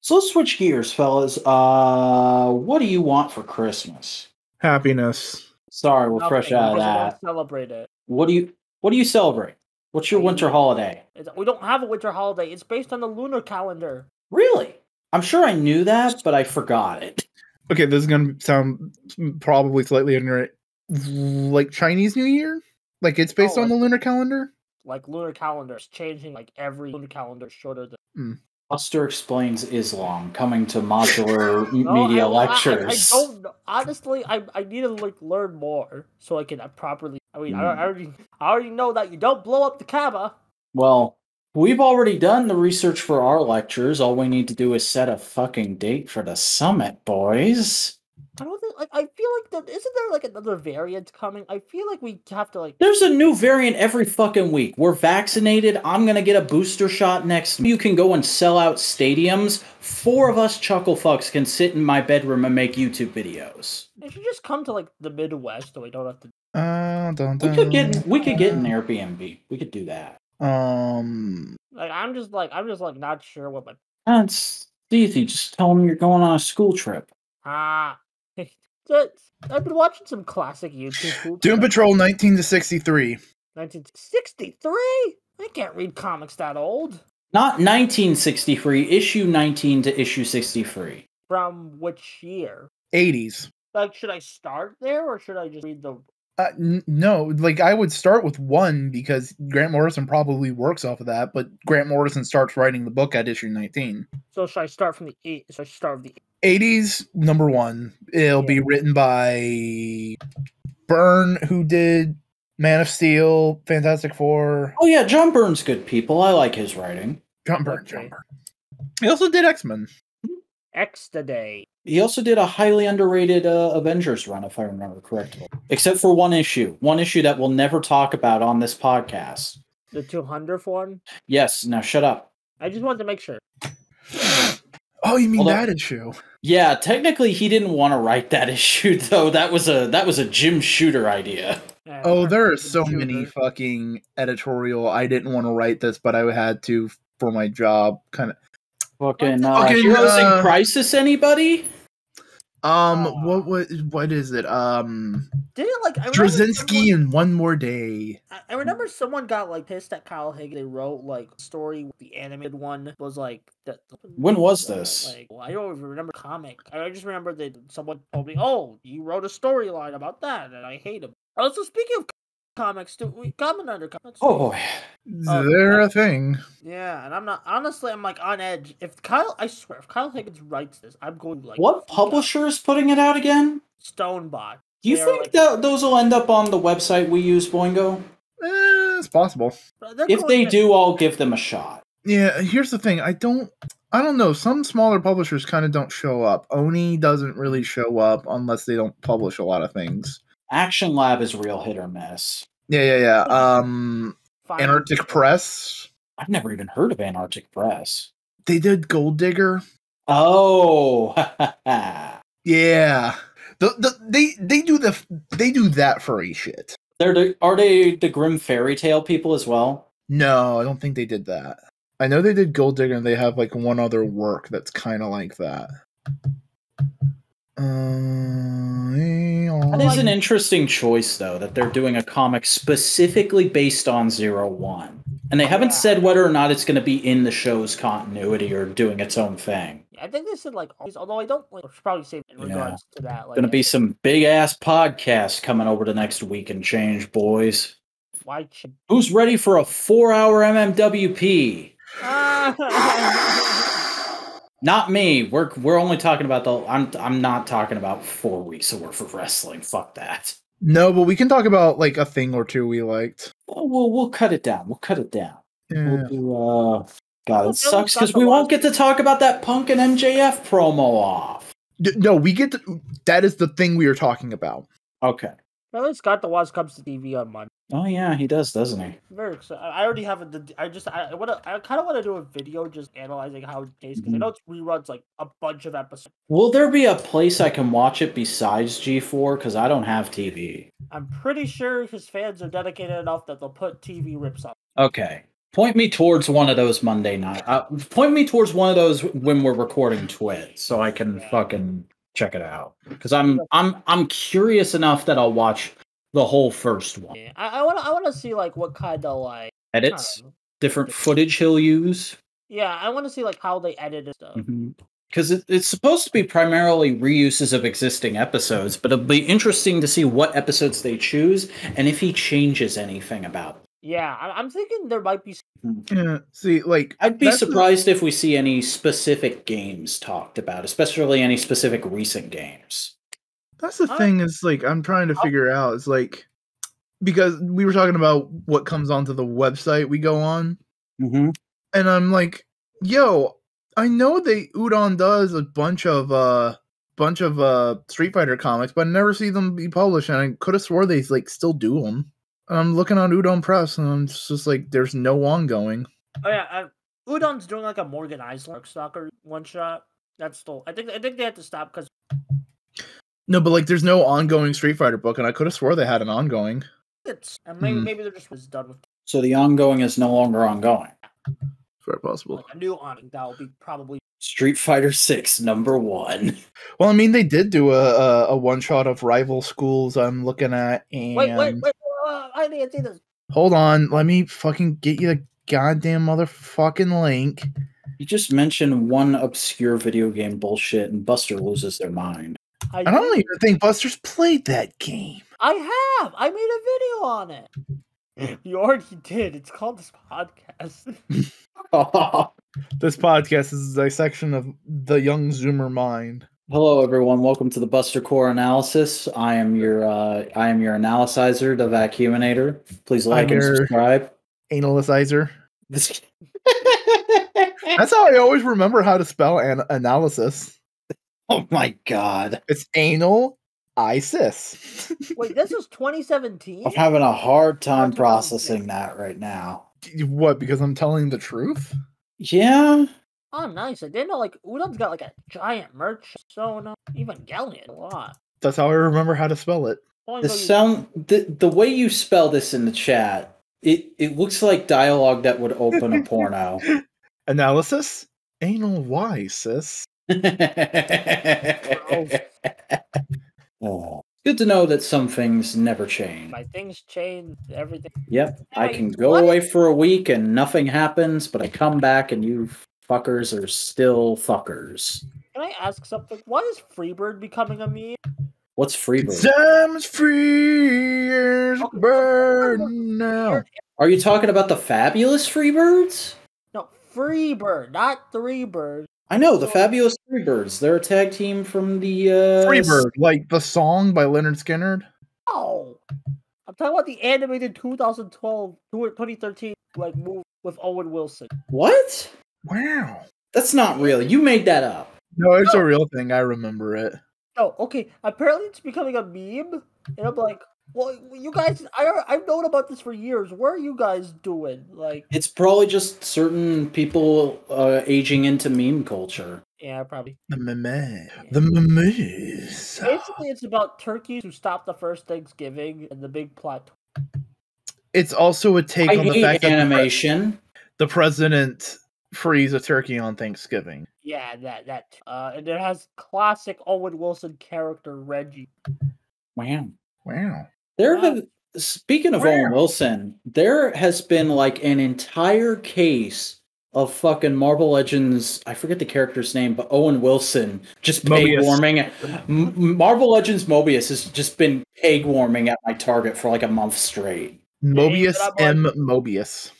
[SPEAKER 1] so let's switch gears, fellas. Uh what do you want for Christmas?
[SPEAKER 3] Happiness.
[SPEAKER 1] Sorry, we're fresh
[SPEAKER 2] nothing,
[SPEAKER 1] out of
[SPEAKER 2] because we
[SPEAKER 1] that.
[SPEAKER 2] don't Celebrate it.
[SPEAKER 1] What do you what do you celebrate? What's your winter holiday?
[SPEAKER 2] It's, we don't have a winter holiday. It's based on the lunar calendar.
[SPEAKER 1] Really? I'm sure I knew that, but I forgot it.
[SPEAKER 3] Okay, this is gonna sound probably slightly ignorant. Like Chinese New Year, like it's based
[SPEAKER 2] Oh,
[SPEAKER 3] on the lunar calendar.
[SPEAKER 2] Like lunar calendar is changing. Like every lunar calendar is shorter than.
[SPEAKER 1] Buster explains Islam coming to modular m-
[SPEAKER 2] No, I-
[SPEAKER 1] media
[SPEAKER 2] Oh, I-
[SPEAKER 1] lectures.
[SPEAKER 2] I, I, don't know. honestly. I I need to like learn more so I can uh, properly. I mean, I,
[SPEAKER 1] Mm.
[SPEAKER 2] I already I already know that you don't blow up the Kaaba.
[SPEAKER 1] Well, we've already done the research for our lectures. All we need to do is set a fucking date for the summit, boys.
[SPEAKER 2] I don't think like I feel like that isn't there like another variant coming. I feel like we have to like
[SPEAKER 1] There's a new variant every fucking week. We're vaccinated. I'm gonna get a booster shot next. You can go and sell out stadiums. Four of us chuckle fucks can sit in my bedroom and make YouTube videos.
[SPEAKER 2] it should just come to like the Midwest so we don't have to.
[SPEAKER 3] Uh, dun,
[SPEAKER 1] We could get
[SPEAKER 3] dun,
[SPEAKER 1] we could get an
[SPEAKER 3] dun.
[SPEAKER 1] Airbnb. We could do that.
[SPEAKER 3] Um,
[SPEAKER 2] Like I'm just like I'm just like not sure what my
[SPEAKER 1] That's easy. Just tell them you're going on a school trip.
[SPEAKER 2] ah. That's- I've been watching some classic YouTube. hoops
[SPEAKER 3] Doom
[SPEAKER 2] from
[SPEAKER 3] Patrol 19 to 63.
[SPEAKER 2] 1963. I can't read comics that old.
[SPEAKER 1] Not 1963, issue 19 to issue 63.
[SPEAKER 2] From which year?
[SPEAKER 3] 80s.
[SPEAKER 2] Like, should I start there or should I just read the?
[SPEAKER 3] Uh, n- no, like I would start with one because Grant Morrison probably works off of that, but Grant Morrison starts writing the book at issue 19.
[SPEAKER 2] So should I start from the eight? So I start with the
[SPEAKER 3] 80s, number one. It'll be
[SPEAKER 2] Yeah.
[SPEAKER 3] written by Byrne, who did Man of Steel, Fantastic Four.
[SPEAKER 1] Oh, yeah, John Byrne's good people. I like his writing.
[SPEAKER 3] John Byrne, John
[SPEAKER 2] okay.
[SPEAKER 3] Byrne. He also did X Men.
[SPEAKER 2] X today.
[SPEAKER 1] He also did a highly underrated uh, Avengers run, if I remember correctly, except for one issue. One issue that we'll never talk about on this podcast.
[SPEAKER 2] The 200th one.
[SPEAKER 1] Yes, now shut up.
[SPEAKER 2] I just wanted to make sure.
[SPEAKER 3] Oh, you mean
[SPEAKER 1] Although-
[SPEAKER 3] that issue?
[SPEAKER 1] Yeah, technically he didn't want to write that issue though. That was a that was a Jim Shooter idea.
[SPEAKER 2] Yeah,
[SPEAKER 3] Oh,
[SPEAKER 2] sure.
[SPEAKER 3] there are
[SPEAKER 2] It's
[SPEAKER 3] so
[SPEAKER 2] computer.
[SPEAKER 3] many fucking editorial. I didn't want to write this, but I had to f- for my job. Kind of.
[SPEAKER 1] Fucking uh,
[SPEAKER 3] Fucking,
[SPEAKER 1] Heroes
[SPEAKER 3] uh,
[SPEAKER 1] in Crisis, anybody?
[SPEAKER 3] Um,
[SPEAKER 2] Aw.
[SPEAKER 3] what what what is it? Um,
[SPEAKER 2] Didn't like I remember
[SPEAKER 3] Drazinski
[SPEAKER 2] someone-
[SPEAKER 3] and one more day.
[SPEAKER 2] I- I remember someone got like pissed at Kyle Hagen. They wrote like story. The animated one was like that.
[SPEAKER 1] When was
[SPEAKER 2] uh,
[SPEAKER 1] this?
[SPEAKER 2] Like, well, I don't even remember comic. I I just remember that someone told me, "Oh, you wrote a storyline about that," and I hate him. Also, speaking of comics, do we comment under comics?
[SPEAKER 1] Oh boy.
[SPEAKER 2] Um,
[SPEAKER 3] They're a thing.
[SPEAKER 2] Yeah, and I'm not honestly. I'm like on edge. If Kyle, I swear, if Kyle Higgins writes this, I'm going to like
[SPEAKER 1] What
[SPEAKER 2] freak out.
[SPEAKER 1] publisher is putting it out again?
[SPEAKER 2] Stonebot.
[SPEAKER 1] Do you
[SPEAKER 2] They are
[SPEAKER 1] think
[SPEAKER 2] like-
[SPEAKER 1] that those will end up on the website we use, Boingo?
[SPEAKER 3] Eh, it's possible.
[SPEAKER 2] But they're
[SPEAKER 1] If
[SPEAKER 2] going
[SPEAKER 1] they
[SPEAKER 2] to-
[SPEAKER 1] do, I'll give them a shot.
[SPEAKER 3] Yeah. Here's the thing. I don't. I don't know. Some smaller publishers kind of don't show up. Oni doesn't really show up unless they don't publish a lot of things.
[SPEAKER 1] Action Lab is real hit or miss.
[SPEAKER 3] Yeah, yeah, yeah. Um,
[SPEAKER 2] find it-
[SPEAKER 3] Antarctic Press.
[SPEAKER 1] I've never even heard of Antarctic Press.
[SPEAKER 3] They did Gold Digger.
[SPEAKER 1] Oh,
[SPEAKER 3] Yeah. The, the, they they do the f- they do that furry shit.
[SPEAKER 1] they're the, are they the Grim Fairy Tale people as well?
[SPEAKER 3] No, I don't think they did that. I know they did Gold Digger and they have like one other work that's kind of like that. Uh,
[SPEAKER 1] That is an interesting choice, though, that they're doing a comic specifically based on Zero One, and they haven't
[SPEAKER 2] Yeah.
[SPEAKER 1] said whether or not it's going to be in the show's continuity or doing its own thing.
[SPEAKER 2] Yeah, I think they said like always, although I don't like I should probably say in
[SPEAKER 1] Yeah.
[SPEAKER 2] regards to that. Like,
[SPEAKER 1] Going to be some big ass podcast coming over the next week and change, boys.
[SPEAKER 2] why? Ch-
[SPEAKER 1] Who's ready for a four-hour MMWP? Not me. We're we're only talking about the. I'm I'm not talking about four weeks of worth of wrestling. Fuck that.
[SPEAKER 3] no, but we can talk about like a thing or two we liked.
[SPEAKER 1] We'll we'll, we'll cut it down. We'll cut it down.
[SPEAKER 3] Yeah.
[SPEAKER 1] We'll do. Uh, God,
[SPEAKER 2] Well,
[SPEAKER 1] it sucks
[SPEAKER 2] Dylan's
[SPEAKER 1] because
[SPEAKER 2] not
[SPEAKER 1] we
[SPEAKER 2] the
[SPEAKER 1] won't
[SPEAKER 2] last-
[SPEAKER 1] get to talk about that Punk and MJF promo off.
[SPEAKER 3] D- No, we get to, that is the thing we were talking about.
[SPEAKER 1] Okay.
[SPEAKER 2] Apparently, Scott the Waz comes to TV on Monday.
[SPEAKER 1] Oh yeah, he does, doesn't he?
[SPEAKER 2] Very excited. I I already have a, the- I just I want to. I kind of want to do a video just analyzing how it tastes because I
[SPEAKER 1] Mhm.
[SPEAKER 2] know it's reruns like a bunch of episodes.
[SPEAKER 1] Will there be a place I can watch it besides G4? Because I don't have TV.
[SPEAKER 2] I'm pretty sure his fans are dedicated enough that they'll put TV rips up.
[SPEAKER 1] Okay. Point me towards one of those Monday night. Uh, point me towards one of those when we're recording Twit, so I can
[SPEAKER 2] Yeah.
[SPEAKER 1] fucking check it out. Because I'm I'm I'm curious enough that I'll watch the whole first one.
[SPEAKER 2] Yeah, I want to. I want to see like what kind of like. I don't
[SPEAKER 1] Edits,
[SPEAKER 2] know.
[SPEAKER 1] different footage he'll use.
[SPEAKER 2] Yeah, I want to see like how they edited stuff.
[SPEAKER 1] Mm-hmm. Because it, it's supposed to be primarily reuses of existing episodes, but it'll be interesting to see what episodes they choose and if he changes anything about. It.
[SPEAKER 2] Yeah, I, I'm thinking there might be. s-
[SPEAKER 3] Yeah. See, like
[SPEAKER 1] I'd be
[SPEAKER 3] That's the-
[SPEAKER 1] surprised if we see any specific games talked about, especially any specific recent games.
[SPEAKER 3] That's the
[SPEAKER 2] Huh?
[SPEAKER 3] thing is like I'm trying to
[SPEAKER 2] How-
[SPEAKER 3] figure out is like because we were talking about what comes onto the website we go on,
[SPEAKER 1] Mm-hmm.
[SPEAKER 3] and I'm like, yo, I know they Udon does a bunch of uh bunch of uh Street Fighter comics, but I never see them be published, and I could have swore they like still do them. I'm looking on Udon Press, and I'm just, just like, there's no ongoing.
[SPEAKER 2] Oh yeah, I, Udon's doing like a Morgan Island stalker one shot. That's still. I think. I think they had to stop because.
[SPEAKER 3] No, but like, there's no ongoing Street Fighter book, and I could have swore they had an ongoing.
[SPEAKER 2] It's and maybe,
[SPEAKER 3] Hmm.
[SPEAKER 2] maybe they're just was done with
[SPEAKER 1] So the ongoing is no longer ongoing.
[SPEAKER 3] It's very possible.
[SPEAKER 2] like a new on that will be probably
[SPEAKER 1] Street Fighter Six, number one.
[SPEAKER 3] Well, I mean, they did do a a, a one shot of rival schools. I'm looking at and
[SPEAKER 2] wait wait wait uh, I didn't see this
[SPEAKER 3] hold on, let me fucking get you the goddamn motherfucking link.
[SPEAKER 1] You just mentioned one obscure video game bullshit, and Buster loses their mind.
[SPEAKER 2] I,
[SPEAKER 3] I don't
[SPEAKER 2] did-
[SPEAKER 3] even think Buster's played that game.
[SPEAKER 2] I have I made a video on it you already did it's called this podcast
[SPEAKER 3] This podcast is a dissection of the young Zoomer mind.
[SPEAKER 1] Hello, everyone. Welcome to the Buster Core Analysis. I am your uh, I am your analysizer, the Vacuuminator. Please like
[SPEAKER 3] I'm
[SPEAKER 1] and
[SPEAKER 3] your-
[SPEAKER 1] subscribe.
[SPEAKER 3] Analysizer. That's how I always remember how to spell an- analysis.
[SPEAKER 1] oh my god!
[SPEAKER 3] It's anal isis.
[SPEAKER 2] wait this is 2017
[SPEAKER 1] I'm having a hard time
[SPEAKER 2] Hard to
[SPEAKER 1] processing that right now.
[SPEAKER 3] what? Because I'm telling the truth?
[SPEAKER 1] Yeah,
[SPEAKER 2] oh nice I didn't know like Udon's got like a giant merch so no Evangelion a lot
[SPEAKER 3] That's how I remember how to spell it.
[SPEAKER 2] Only
[SPEAKER 1] the
[SPEAKER 2] though you-
[SPEAKER 1] sound the the way you spell this in the chat, it it looks like dialogue that would open a porno.
[SPEAKER 3] Analysis? Anal Y, sis.
[SPEAKER 1] Oh. Good to know that some things never change.
[SPEAKER 2] my things change everything
[SPEAKER 1] Yep, I
[SPEAKER 2] Hey,
[SPEAKER 1] can go
[SPEAKER 2] what?
[SPEAKER 1] away for a week and nothing happens, but I come back and you fuckers are still fuckers.
[SPEAKER 2] can I ask something why is Freebird becoming a meme
[SPEAKER 1] What's Freebird?
[SPEAKER 3] Sam's free is
[SPEAKER 2] Oh,
[SPEAKER 3] burn now.
[SPEAKER 1] Are you talking about the fabulous Freebirds?
[SPEAKER 2] no Freebird not three bird
[SPEAKER 1] I know the
[SPEAKER 2] Oh.
[SPEAKER 1] fabulous Freebirds. They're a tag team from the uh,
[SPEAKER 3] Freebird, like the song by Leonard Skinner.
[SPEAKER 2] Oh, I'm talking about the animated 2012, 2013 like movie with Owen Wilson.
[SPEAKER 1] What?
[SPEAKER 3] Wow.
[SPEAKER 1] That's not real. You made that up.
[SPEAKER 3] No, it's
[SPEAKER 2] Oh.
[SPEAKER 3] a real thing. I remember it.
[SPEAKER 2] Oh, okay. Apparently, it's becoming a meme, and I'm like, well, you guys, I al- I've known about this for years. What are you guys doing? Like,
[SPEAKER 1] It's probably just certain people uh, aging into meme culture.
[SPEAKER 2] yeah, probably.
[SPEAKER 3] The meme. The memes.
[SPEAKER 2] Basically, it's about turkeys who stopped the first Thanksgiving and the big plot. tw-
[SPEAKER 3] It's also a take
[SPEAKER 1] I
[SPEAKER 3] on the
[SPEAKER 1] hate
[SPEAKER 3] fact that the pre-
[SPEAKER 1] animation.
[SPEAKER 3] the president freeze a turkey on Thanksgiving.
[SPEAKER 2] Yeah, that that. Uh, and it has classic Owen Wilson character Reggie.
[SPEAKER 1] Wow.
[SPEAKER 3] Wow.
[SPEAKER 1] There
[SPEAKER 2] Wow.
[SPEAKER 1] have speaking of
[SPEAKER 3] Wow.
[SPEAKER 1] Owen Wilson, there has been like an entire case of fucking Marvel Legends. I forget the character's name, but Owen Wilson just peg
[SPEAKER 3] Mobius.
[SPEAKER 1] warming. M- Marvel Legends Mobius has just been peg warming at my target for like a month straight.
[SPEAKER 3] Mobius
[SPEAKER 2] but I'm
[SPEAKER 3] M. Mobius.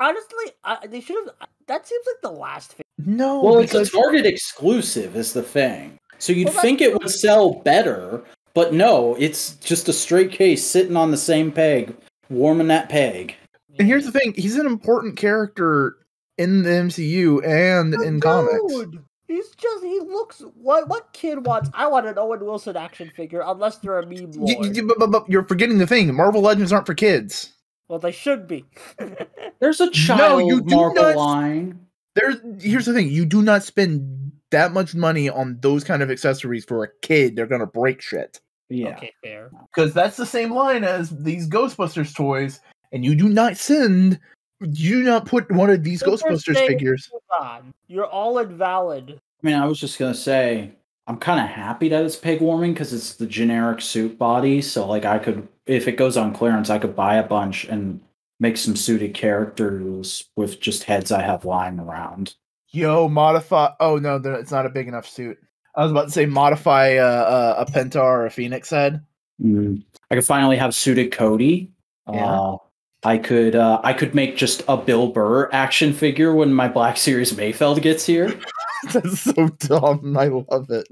[SPEAKER 2] Honestly, I, they should have. That seems like the last. Thing.
[SPEAKER 3] No,
[SPEAKER 1] Well, it's a
[SPEAKER 3] Oh, because
[SPEAKER 1] Target exclusive, is the thing. So you'd
[SPEAKER 2] Well, that's
[SPEAKER 1] think it would sell better, but no, it's just a straight case sitting on the same peg, warming that peg.
[SPEAKER 3] and here's the thing: he's an important character in the MCU and in comics.
[SPEAKER 2] Dude, He's just he looks what what kid wants I want an Owen Wilson action figure unless they're a meme
[SPEAKER 3] You,
[SPEAKER 2] lord.
[SPEAKER 3] you, but, but, but you're forgetting the thing: Marvel Legends aren't for kids.
[SPEAKER 2] Well they should be.
[SPEAKER 1] There's a
[SPEAKER 3] No,
[SPEAKER 1] child
[SPEAKER 3] you do
[SPEAKER 1] Marvel
[SPEAKER 3] not-
[SPEAKER 1] line.
[SPEAKER 3] There, here's the thing: you do not spend that much money on those kind of accessories for a kid. They're gonna break shit.
[SPEAKER 1] Yeah.
[SPEAKER 2] Okay, fair.
[SPEAKER 3] because that's the same line as these Ghostbusters toys, and you do not send, you do not put one of these
[SPEAKER 2] Super
[SPEAKER 3] Ghostbusters
[SPEAKER 2] Saiyan
[SPEAKER 3] figures.
[SPEAKER 2] Gohan, You're all invalid.
[SPEAKER 1] I mean, I was just gonna say, I'm kind of happy that it's peg warming because it's the generic suit body. So, like, I could, if it goes on clearance, I could buy a bunch and make some suited characters with just heads I have lying around.
[SPEAKER 3] Yo, modify. Oh no, they're- it's not a big enough suit. I was about to say modify uh, uh, a Penta or a Phoenix head.
[SPEAKER 1] I could finally have suited Cody.
[SPEAKER 3] Yeah.
[SPEAKER 1] Uh, I could, uh, I could make just a Bill Burr action figure when my Black Series Mayfeld gets here.
[SPEAKER 3] that's so dumb. I love it.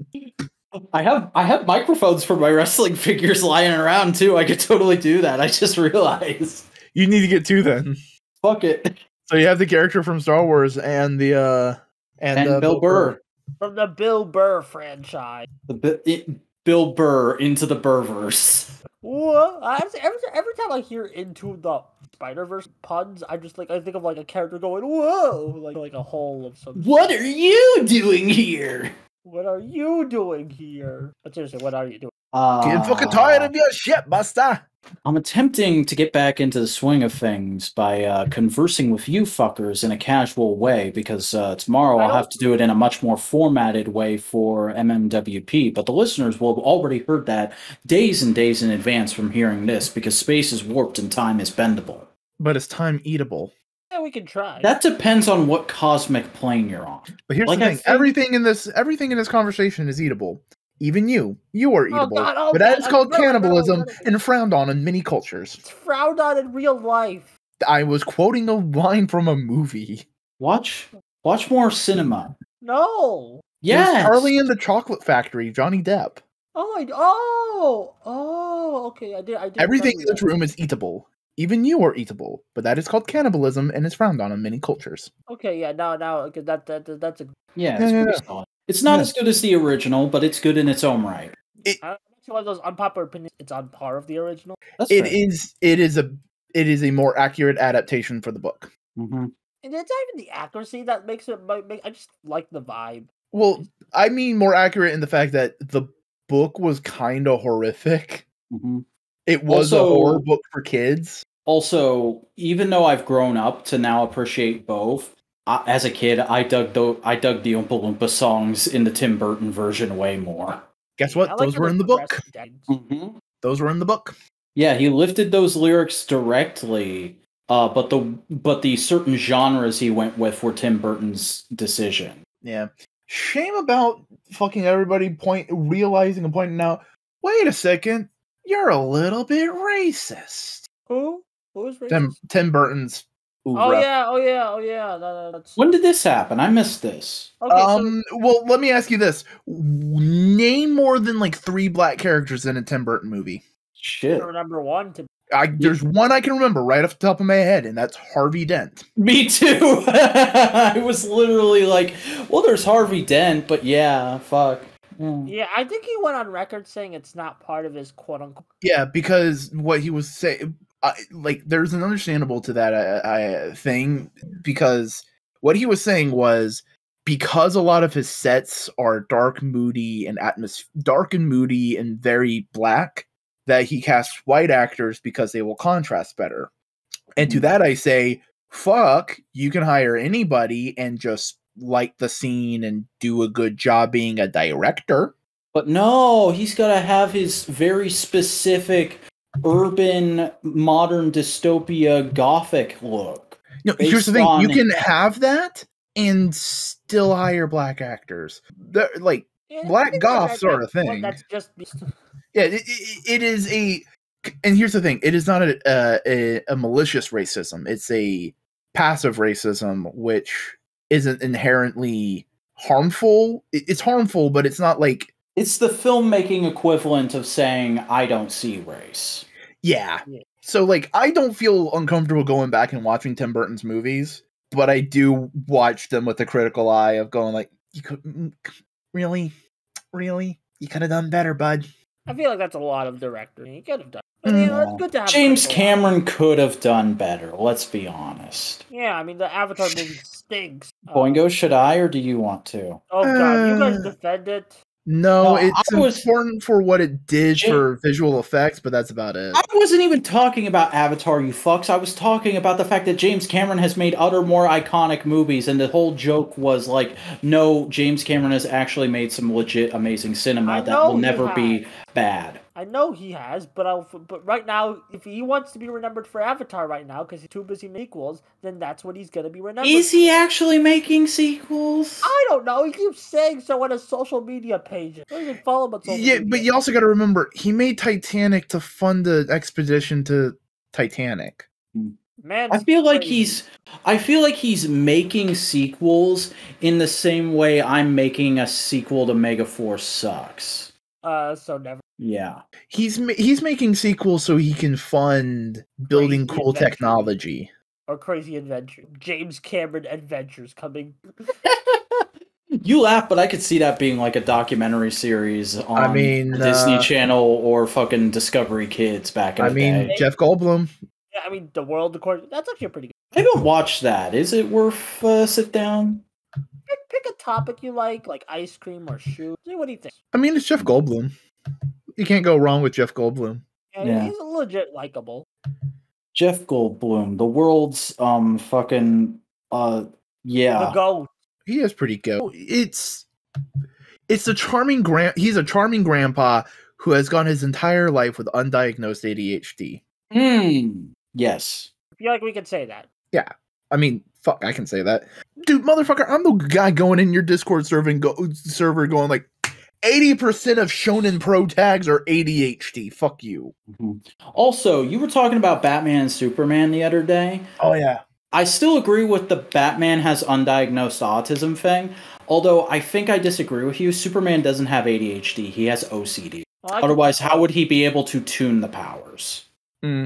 [SPEAKER 1] I have, I have microphones for my wrestling figures lying around too. I could totally do that. I just realized.
[SPEAKER 3] You need to get two then.
[SPEAKER 1] Fuck it.
[SPEAKER 3] So you have the character from Star Wars and the uh and,
[SPEAKER 1] and,
[SPEAKER 3] uh,
[SPEAKER 1] Bill Burr.
[SPEAKER 2] From the Bill Burr franchise.
[SPEAKER 1] The Bi- it, Bill Burr into the Burrverse.
[SPEAKER 2] Whoa. I just- every, every time I hear into the Spider Verse puns, I just like I think of like a character going, Whoa like like a hole of some
[SPEAKER 1] What are you doing here?
[SPEAKER 2] What are you doing here? But seriously, what are you doing?
[SPEAKER 1] Uh,
[SPEAKER 3] Getting fucking tired of your shit, Buster.
[SPEAKER 1] I'm attempting to get back into the swing of things by uh, conversing with you fuckers in a casual way because uh, tomorrow
[SPEAKER 2] I
[SPEAKER 1] I'll
[SPEAKER 2] don't-
[SPEAKER 1] have to do it in a much more formatted way for MMWP. But the listeners will have already heard that days and days in advance from hearing this because space is warped and time is bendable.
[SPEAKER 3] But it's time eatable.
[SPEAKER 2] Yeah, we can try.
[SPEAKER 1] That depends on what cosmic plane you're on.
[SPEAKER 3] But here's
[SPEAKER 1] Like,
[SPEAKER 3] the
[SPEAKER 1] I
[SPEAKER 3] thing:
[SPEAKER 1] think-
[SPEAKER 3] everything in this, everything in this conversation is eatable. Even you, you are
[SPEAKER 2] Oh,
[SPEAKER 3] eatable.
[SPEAKER 2] God, oh,
[SPEAKER 3] but that
[SPEAKER 2] God,
[SPEAKER 3] is
[SPEAKER 2] I
[SPEAKER 3] called
[SPEAKER 2] know, I know, I
[SPEAKER 3] cannibalism
[SPEAKER 2] know.
[SPEAKER 3] and frowned on in many cultures.
[SPEAKER 2] it's frowned on in real life.
[SPEAKER 3] I was quoting a line from a movie.
[SPEAKER 1] Watch, watch more cinema.
[SPEAKER 2] No.
[SPEAKER 3] It was
[SPEAKER 1] Yes.
[SPEAKER 3] Charlie in the Chocolate Factory, Johnny Depp.
[SPEAKER 2] Oh my. Oh. Oh. Okay. I did. I did.
[SPEAKER 3] Everything in
[SPEAKER 2] remember
[SPEAKER 3] this room is eatable. Even you are eatable, but that is called cannibalism and is frowned on in many cultures.
[SPEAKER 2] that. Okay. Yeah. Now. Now. Because that, that. that- That's a.
[SPEAKER 1] Yeah,
[SPEAKER 3] Yeah,
[SPEAKER 1] it's
[SPEAKER 3] yeah,
[SPEAKER 1] pretty solid. It's not
[SPEAKER 3] Yeah.
[SPEAKER 1] as good as the original, but it's good in its own right.
[SPEAKER 2] I'm actually one of those unpopular opinions. It's on par of the original.
[SPEAKER 1] That's
[SPEAKER 3] It
[SPEAKER 1] fair.
[SPEAKER 3] is. It is a. It is a more accurate adaptation for the book.
[SPEAKER 1] Mhm.
[SPEAKER 2] And it's not even the accuracy that makes it. mi- Make, I just like the vibe.
[SPEAKER 3] Well, I mean more accurate in the fact that the book was kind of horrific.
[SPEAKER 1] Mhm.
[SPEAKER 3] It was a
[SPEAKER 1] Also-
[SPEAKER 3] horror book for kids.
[SPEAKER 1] Also, even though I've grown up to now appreciate both, I, as a kid, I dug the I dug the Oompa Loompa songs in the Tim Burton version way more.
[SPEAKER 3] Guess what?
[SPEAKER 2] I like
[SPEAKER 3] Those
[SPEAKER 2] how
[SPEAKER 3] were
[SPEAKER 2] they
[SPEAKER 3] in the
[SPEAKER 2] progress
[SPEAKER 3] book.
[SPEAKER 2] with that.
[SPEAKER 3] Those were in the book.
[SPEAKER 1] Yeah, he lifted those lyrics directly, uh, but the but the certain genres he went with were Tim Burton's decision.
[SPEAKER 3] Yeah. Shame about fucking everybody point realizing and pointing out. Wait a second, you're a little bit racist.
[SPEAKER 2] Who? Who's racist?
[SPEAKER 3] Tim Tim Burton's. ooh,
[SPEAKER 2] Oh
[SPEAKER 3] rep.
[SPEAKER 2] yeah. Oh yeah. Oh yeah. That, that's.
[SPEAKER 1] When did this happen? I missed this.
[SPEAKER 2] Okay. so,
[SPEAKER 3] um. Well, let me ask you this: W- Name more than like three black characters in a Tim Burton movie.
[SPEAKER 1] Shit.
[SPEAKER 3] um,
[SPEAKER 2] you're number one to
[SPEAKER 3] I, there's one I can remember right off the top of my head, and that's Harvey Dent.
[SPEAKER 1] Me too. I was literally like, well, there's Harvey Dent, but yeah, fuck. Hmm. Yeah.
[SPEAKER 2] Yeah, I think he went on record saying it's not part of his quote unquote.
[SPEAKER 3] Yeah, because what he was saying, I, like, there's an understandable to that uh, uh, thing because what he was saying was because a lot of his sets are dark, moody, and atmos- dark and moody and very black, that he casts white actors because they will contrast better. And to that I say, fuck, you can hire anybody and just light the scene and do a good job being a director.
[SPEAKER 1] But no, he's got to have his very specific urban modern dystopia gothic look.
[SPEAKER 3] No, here's the
[SPEAKER 1] Based
[SPEAKER 3] thing: you
[SPEAKER 1] on-
[SPEAKER 3] can have that and still hire black actors. They're, like,
[SPEAKER 2] Yeah,
[SPEAKER 3] Black
[SPEAKER 2] I think
[SPEAKER 3] goth
[SPEAKER 2] that-
[SPEAKER 3] sorta
[SPEAKER 2] that-
[SPEAKER 3] thing.
[SPEAKER 2] That's just
[SPEAKER 3] yeah, it, it, it is a. And here's the thing: it is not a, uh, a a malicious racism. It's a passive racism, which isn't inherently harmful. It- It's harmful, but it's not like
[SPEAKER 1] It's the filmmaking equivalent of saying, I don't see race.
[SPEAKER 3] yeah.
[SPEAKER 2] Yeah.
[SPEAKER 3] So like, I don't feel uncomfortable going back and watching Tim Burton's movies, but I do watch them with a critical eye of going like, you could mm, c- really, really, you could have done better, bud.
[SPEAKER 2] I feel like that's a lot of director. He could have done. I mean, it's
[SPEAKER 1] Mm.
[SPEAKER 2] good to have
[SPEAKER 1] James
[SPEAKER 2] critical eye.
[SPEAKER 1] Cameron could have done better, let's be honest.
[SPEAKER 2] Yeah, I mean the Avatar movie stinks. Um,
[SPEAKER 1] Boingo, should I or do you want to?
[SPEAKER 2] Oh god, you guys
[SPEAKER 3] Uh,
[SPEAKER 2] defend it.
[SPEAKER 3] No,
[SPEAKER 1] No,
[SPEAKER 3] it's
[SPEAKER 1] I was-
[SPEAKER 3] important for what it did
[SPEAKER 1] Jim-
[SPEAKER 3] for visual effects, but that's about it.
[SPEAKER 1] I wasn't even talking about Avatar, you fucks. I was talking about the fact that James Cameron has made other more iconic movies, and the whole joke was like, no, James Cameron has actually made some legit amazing
[SPEAKER 2] I
[SPEAKER 1] cinema that
[SPEAKER 2] know
[SPEAKER 1] will
[SPEAKER 2] he
[SPEAKER 1] never
[SPEAKER 2] has.
[SPEAKER 1] be bad.
[SPEAKER 2] I know he has, but I'll, but right now, if he wants to be remembered for Avatar right now because he's too busy making equals, then that's what he's gonna be remembered.
[SPEAKER 1] Is he actually making sequels?
[SPEAKER 2] I don't know. He keeps saying so on his social media page. He doesn't follow him on social
[SPEAKER 3] Yeah,
[SPEAKER 2] media.
[SPEAKER 3] but you also got to remember he made Titanic to fund the expedition to Titanic.
[SPEAKER 2] man,
[SPEAKER 1] I feel like
[SPEAKER 2] crazy.
[SPEAKER 1] he's I feel like he's making sequels in the same way I'm making a sequel to Mega Force sucks.
[SPEAKER 2] uh, so never.
[SPEAKER 1] Yeah.
[SPEAKER 3] He's ma- he's making sequels so he can fund building
[SPEAKER 2] Crazy
[SPEAKER 3] cool
[SPEAKER 2] adventure.
[SPEAKER 3] technology.
[SPEAKER 2] Or Crazy Adventure. James Cameron Adventures coming.
[SPEAKER 1] You laugh, but I could see that being like a documentary series on
[SPEAKER 3] mean,
[SPEAKER 1] the Disney
[SPEAKER 3] uh,
[SPEAKER 1] Channel or fucking Discovery Kids back in
[SPEAKER 3] I
[SPEAKER 1] the
[SPEAKER 3] mean,
[SPEAKER 1] day.
[SPEAKER 3] Jeff Goldblum.
[SPEAKER 2] Yeah, I mean, The World According. That's actually a pretty good.
[SPEAKER 1] I haven't watched that. Is it worth uh, sit down?
[SPEAKER 2] Pick, pick a topic you like, like ice cream or shoes. See what he thinks.
[SPEAKER 3] I mean, it's Jeff Goldblum. You can't go wrong with Jeff Goldblum.
[SPEAKER 2] Yeah,
[SPEAKER 1] Yeah.
[SPEAKER 2] he's legit likable.
[SPEAKER 1] Jeff Goldblum, the world's um fucking uh
[SPEAKER 2] The
[SPEAKER 1] yeah.
[SPEAKER 2] goat.
[SPEAKER 3] He is pretty good. Oh, It's it's a charming grand. He's a charming grandpa who has gone his entire life with undiagnosed ADHD.
[SPEAKER 1] Hmm. Yes.
[SPEAKER 2] I feel like we can say that.
[SPEAKER 3] I mean, fuck, I can say that, dude, motherfucker. I'm the guy going in your Discord server and go, server going like, eighty percent of Shonen Pro tags are ADHD. Fuck you.
[SPEAKER 1] Mhm. Also, you were talking about Batman and Superman the other day.
[SPEAKER 3] Oh yeah.
[SPEAKER 1] I still agree with the Batman has undiagnosed autism thing, although I think I disagree with you. Superman doesn't have ADHD, he has OCD.
[SPEAKER 2] Well, I can-
[SPEAKER 1] Otherwise, how would he be able to tune the powers?
[SPEAKER 3] Mm,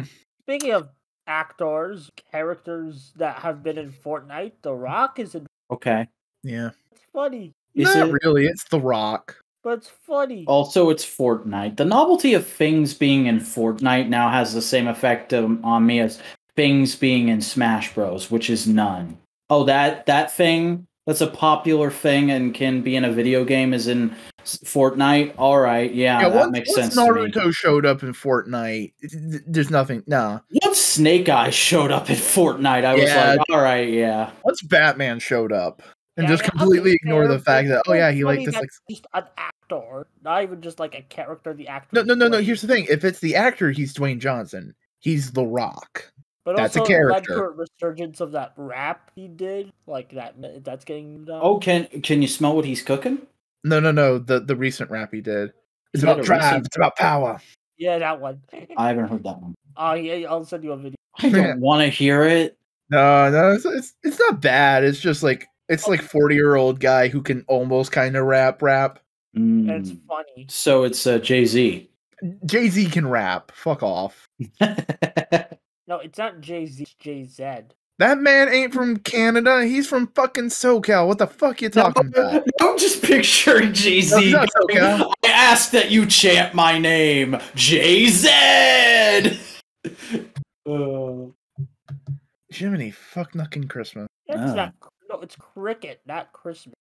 [SPEAKER 2] Speaking of actors, characters that have been in Fortnite, The Rock is in.
[SPEAKER 1] Okay.
[SPEAKER 3] yeah.
[SPEAKER 2] It's funny,
[SPEAKER 1] Is
[SPEAKER 3] Not
[SPEAKER 1] it-
[SPEAKER 3] really. It's The Rock.
[SPEAKER 2] but it's funny.
[SPEAKER 3] Oh.
[SPEAKER 1] Also, it's Fortnite. The novelty of things being in Fortnite now has the same effect um, on me as things being in Smash Bros, which is none. Oh, that that thing that's a popular thing and can be in a video game is in s- Fortnite. All right, yeah,
[SPEAKER 3] yeah.
[SPEAKER 1] that
[SPEAKER 3] once,
[SPEAKER 1] makes
[SPEAKER 3] once
[SPEAKER 1] sense. to
[SPEAKER 3] Naruto
[SPEAKER 1] me.
[SPEAKER 3] showed up in Fortnite, th- th- there's nothing. Nah.
[SPEAKER 1] Once Snake Eyes showed up in Fortnite, I was
[SPEAKER 3] Yeah.
[SPEAKER 1] like, all right, yeah.
[SPEAKER 3] Once Batman showed up and
[SPEAKER 2] Yeah,
[SPEAKER 3] just
[SPEAKER 2] I mean, I'll
[SPEAKER 3] completely
[SPEAKER 2] be
[SPEAKER 3] ignore the
[SPEAKER 2] fair,
[SPEAKER 3] fact
[SPEAKER 2] but
[SPEAKER 3] that oh
[SPEAKER 2] it's
[SPEAKER 3] yeah, he liked
[SPEAKER 2] funny
[SPEAKER 3] this.
[SPEAKER 2] that
[SPEAKER 3] Like,
[SPEAKER 2] Just an actor, not even just like a character. The actor.
[SPEAKER 3] no, no, no, no.
[SPEAKER 2] playing,
[SPEAKER 3] Here's the thing: if it's the actor, he's Dwayne Johnson. He's The Rock.
[SPEAKER 2] but
[SPEAKER 3] that's a
[SPEAKER 2] also it led to
[SPEAKER 3] character.
[SPEAKER 2] a resurgence of that rap he did, like that. That's getting um, done.
[SPEAKER 1] Oh, can can you smell what he's cooking?
[SPEAKER 3] No, no, no. The the recent rap he did. It's
[SPEAKER 1] He
[SPEAKER 3] about
[SPEAKER 1] had a
[SPEAKER 3] drive.
[SPEAKER 1] recent-
[SPEAKER 3] It's about power.
[SPEAKER 2] yeah, that one.
[SPEAKER 1] I haven't heard that one.
[SPEAKER 2] Oh yeah, I'll send you a video.
[SPEAKER 1] I don't want to hear it.
[SPEAKER 3] No, no. It's it's, it's not bad. It's just like it's like forty year old guy who can almost kind of rap. Rap.
[SPEAKER 2] And it's
[SPEAKER 1] Mm.
[SPEAKER 2] funny.
[SPEAKER 1] So it's uh, Jay Z.
[SPEAKER 3] Jay Z can rap. Fuck off.
[SPEAKER 2] No, it's not Jay Z. It's Jay Z.
[SPEAKER 3] That man ain't from Canada. He's from fucking SoCal. What the fuck you talking about?
[SPEAKER 1] I'm just picturing Jay
[SPEAKER 3] No,
[SPEAKER 1] Z.
[SPEAKER 3] no, it's okay.
[SPEAKER 1] I ask that you chant my name, Jay Z. Oh,
[SPEAKER 3] Jiminy, fuck knucking Christmas.
[SPEAKER 2] That's
[SPEAKER 1] Ah.
[SPEAKER 2] not. No, it's cricket, not Christmas.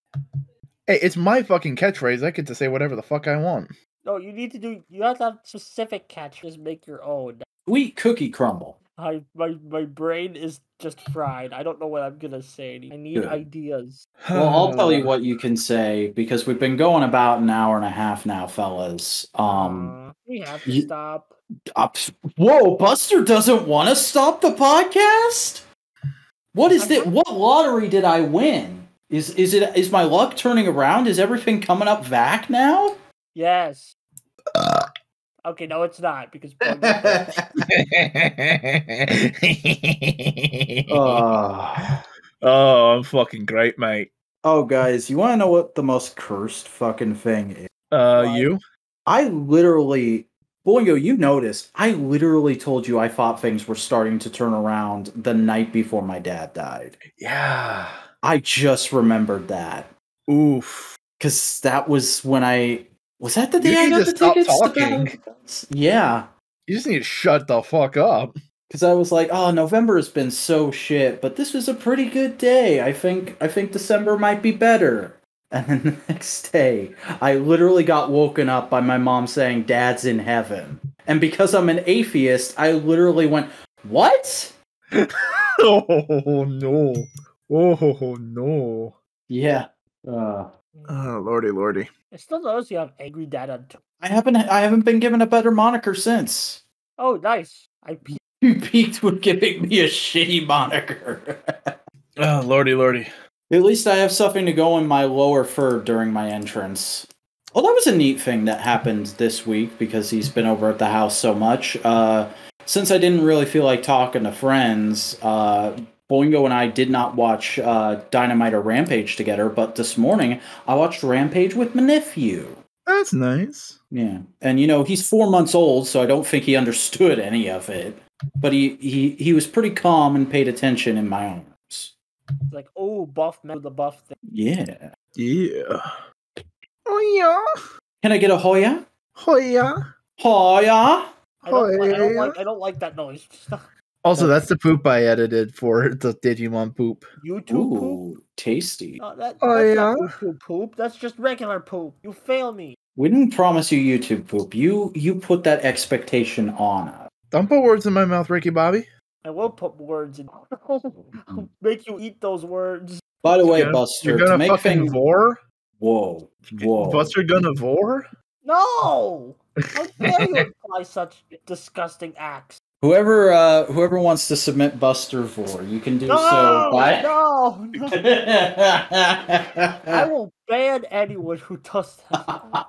[SPEAKER 3] Hey, it's my fucking catchphrase. I get to say whatever the fuck I want.
[SPEAKER 2] No, you need to do. You have to have specific catch. Just make your own.
[SPEAKER 1] sweet cookie crumble.
[SPEAKER 2] I my my brain is just fried. I don't know what I'm gonna say. any- I need
[SPEAKER 1] Good.
[SPEAKER 2] ideas.
[SPEAKER 1] Well, I'll tell
[SPEAKER 3] Uh.
[SPEAKER 1] you what you can say because we've been going about an hour and a half now, fellas. Um,
[SPEAKER 2] Uh, we have to
[SPEAKER 1] you-
[SPEAKER 2] stop.
[SPEAKER 1] up- whoa, Buster doesn't want to stop the podcast. What is
[SPEAKER 2] I'm-
[SPEAKER 1] it? What lottery did I win? Is is it is my luck turning around? Is everything coming up vac now?
[SPEAKER 2] Yes.
[SPEAKER 4] Uh,
[SPEAKER 2] Okay, no, it's not because Boing got banned.
[SPEAKER 1] Uh,
[SPEAKER 4] oh, I'm fucking great, mate.
[SPEAKER 1] oh, guys, you want to know what the most cursed fucking thing is?
[SPEAKER 4] Uh,
[SPEAKER 2] Why?
[SPEAKER 4] you?
[SPEAKER 1] I literally, Boingo, you noticed, I literally told you I thought things were starting to turn around the night before my dad died.
[SPEAKER 4] Yeah.
[SPEAKER 1] I just remembered that
[SPEAKER 4] Oof.
[SPEAKER 1] because that was when I was that the
[SPEAKER 4] You
[SPEAKER 1] day I
[SPEAKER 4] need
[SPEAKER 1] got
[SPEAKER 4] to
[SPEAKER 1] the
[SPEAKER 4] stop
[SPEAKER 1] tickets. to
[SPEAKER 4] talking.
[SPEAKER 1] Battle of the Bands? yeah,
[SPEAKER 4] You just need to shut the fuck up.
[SPEAKER 1] because I was like, oh, November has been so shit, but this was a pretty good day. I think I think December might be better. And then the next day, I literally got woken up by my mom saying, "Dad's in heaven." And because I'm an atheist, I literally went, "What?"
[SPEAKER 4] oh no. Oh no.
[SPEAKER 1] Yeah. Uh,
[SPEAKER 4] Oh lordy, lordy.
[SPEAKER 2] I still notice you have angry dad on. Tw-
[SPEAKER 1] I haven't I haven't been given a better moniker since.
[SPEAKER 2] oh, nice. I pe-
[SPEAKER 1] You peaked with giving me a shitty moniker.
[SPEAKER 3] Ah,
[SPEAKER 4] Oh lordy, lordy.
[SPEAKER 1] At least I have something to go in my lower fur during my entrance. Well, that was a neat thing that happened this week because he's been over at the house so much. Uh, since I didn't really feel like talking to friends, uh, Boingo and I did not watch uh, Dynamite or Rampage together, but this morning I watched Rampage with my nephew.
[SPEAKER 4] That's nice.
[SPEAKER 1] Yeah, and you know he's four months old, so I don't think he understood any of it. But he he he was pretty calm and paid attention in my arms.
[SPEAKER 2] like, oh, buff man with the buff thing.
[SPEAKER 1] Yeah.
[SPEAKER 4] Yeah. Oh yeah.
[SPEAKER 1] Can I get a Hoya?
[SPEAKER 4] Oh yeah.
[SPEAKER 1] Hoya.
[SPEAKER 2] I
[SPEAKER 1] Oh,
[SPEAKER 2] don't, like, I don't
[SPEAKER 4] yeah.
[SPEAKER 2] like. I don't like that noise.
[SPEAKER 4] Also, that's the poop I edited for the Digimon poop.
[SPEAKER 2] YouTube poop.
[SPEAKER 1] Ooh, tasty.
[SPEAKER 2] No, that,
[SPEAKER 4] Oh,
[SPEAKER 2] that's not
[SPEAKER 4] yeah?
[SPEAKER 2] YouTube poop. That's just regular poop. You fail me.
[SPEAKER 1] We didn't promise you YouTube poop. You you put that expectation on us.
[SPEAKER 4] Don't put words in my mouth, Ricky Bobby.
[SPEAKER 2] I will put words in.
[SPEAKER 1] Mm-hmm.
[SPEAKER 2] I'll make you eat those words.
[SPEAKER 1] By the way,
[SPEAKER 4] You're gonna-
[SPEAKER 1] Buster,
[SPEAKER 4] You're
[SPEAKER 1] to
[SPEAKER 4] gonna
[SPEAKER 1] make
[SPEAKER 4] fucking
[SPEAKER 1] things
[SPEAKER 4] vor?
[SPEAKER 1] whoa whoa.
[SPEAKER 4] Buster gonna vor?
[SPEAKER 2] No! How dare you apply such disgusting acts?
[SPEAKER 1] Whoever uh, whoever wants to submit Buster for, you can do
[SPEAKER 2] No!
[SPEAKER 1] so. By...
[SPEAKER 2] no! No! I will ban anyone who does that.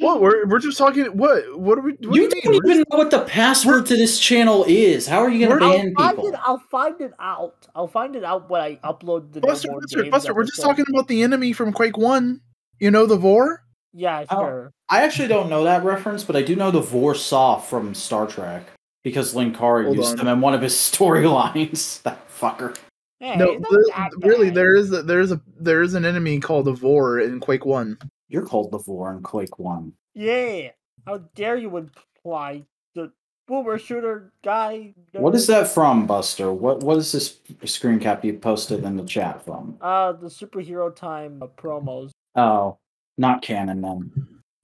[SPEAKER 4] What? We're, we're just talking. What? What are we? What
[SPEAKER 1] you
[SPEAKER 4] do
[SPEAKER 1] don't
[SPEAKER 4] you mean?
[SPEAKER 1] even know what the password to this channel is. How are you going to
[SPEAKER 2] I'll
[SPEAKER 1] ban
[SPEAKER 2] find,
[SPEAKER 1] people?
[SPEAKER 2] it, I'll find it out. I'll find it out when I upload the. No
[SPEAKER 4] Buster,
[SPEAKER 2] More
[SPEAKER 4] Buster,
[SPEAKER 2] Games
[SPEAKER 4] Buster. We're just
[SPEAKER 2] episode.
[SPEAKER 4] talking about the enemy from Quake One. You know the vor?
[SPEAKER 2] Yeah,
[SPEAKER 1] Oh.
[SPEAKER 2] sure.
[SPEAKER 1] I actually don't know that reference, but I do know the Vorsaw from Star Trek because Linkari
[SPEAKER 4] Hold
[SPEAKER 1] used
[SPEAKER 4] on.
[SPEAKER 1] them in one of his storylines. that fucker.
[SPEAKER 2] Hey,
[SPEAKER 4] no,
[SPEAKER 2] it's not
[SPEAKER 4] the-
[SPEAKER 2] that
[SPEAKER 4] really.
[SPEAKER 2] bad.
[SPEAKER 4] There is a, there is a there is an enemy called the vor in Quake One.
[SPEAKER 1] You're called the Vor in Quake 1.
[SPEAKER 2] Yeah. How dare you imply the boomer shooter guy?
[SPEAKER 1] What is
[SPEAKER 2] nerd,
[SPEAKER 1] that from, Buster? What What is this screen cap you posted in the chat from?
[SPEAKER 2] Uh, the superhero time uh, promos,
[SPEAKER 1] Oh, not canon then.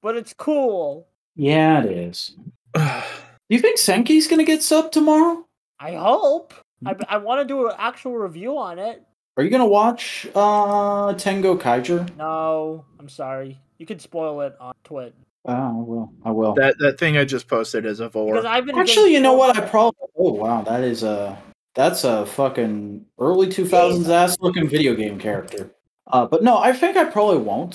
[SPEAKER 2] but it's cool.
[SPEAKER 1] Yeah, it is. Do you think Senki's going to get sub tomorrow?
[SPEAKER 2] I hope.
[SPEAKER 1] Hmm?
[SPEAKER 2] I, I want to do an actual review on it.
[SPEAKER 1] Are you going to watch uh, Tengo Kaiser?
[SPEAKER 2] No, I'm sorry. You can spoil it on Twitch
[SPEAKER 1] Oh, I will. I will.
[SPEAKER 4] that that thing I just posted is a
[SPEAKER 2] because
[SPEAKER 4] vor.
[SPEAKER 2] I've been getting
[SPEAKER 1] Actually, you know
[SPEAKER 2] so
[SPEAKER 1] what? I
[SPEAKER 2] much-
[SPEAKER 1] probably. Oh wow, that is a that's a fucking early two thousands ass looking video game character. Uh, but no, I think I probably won't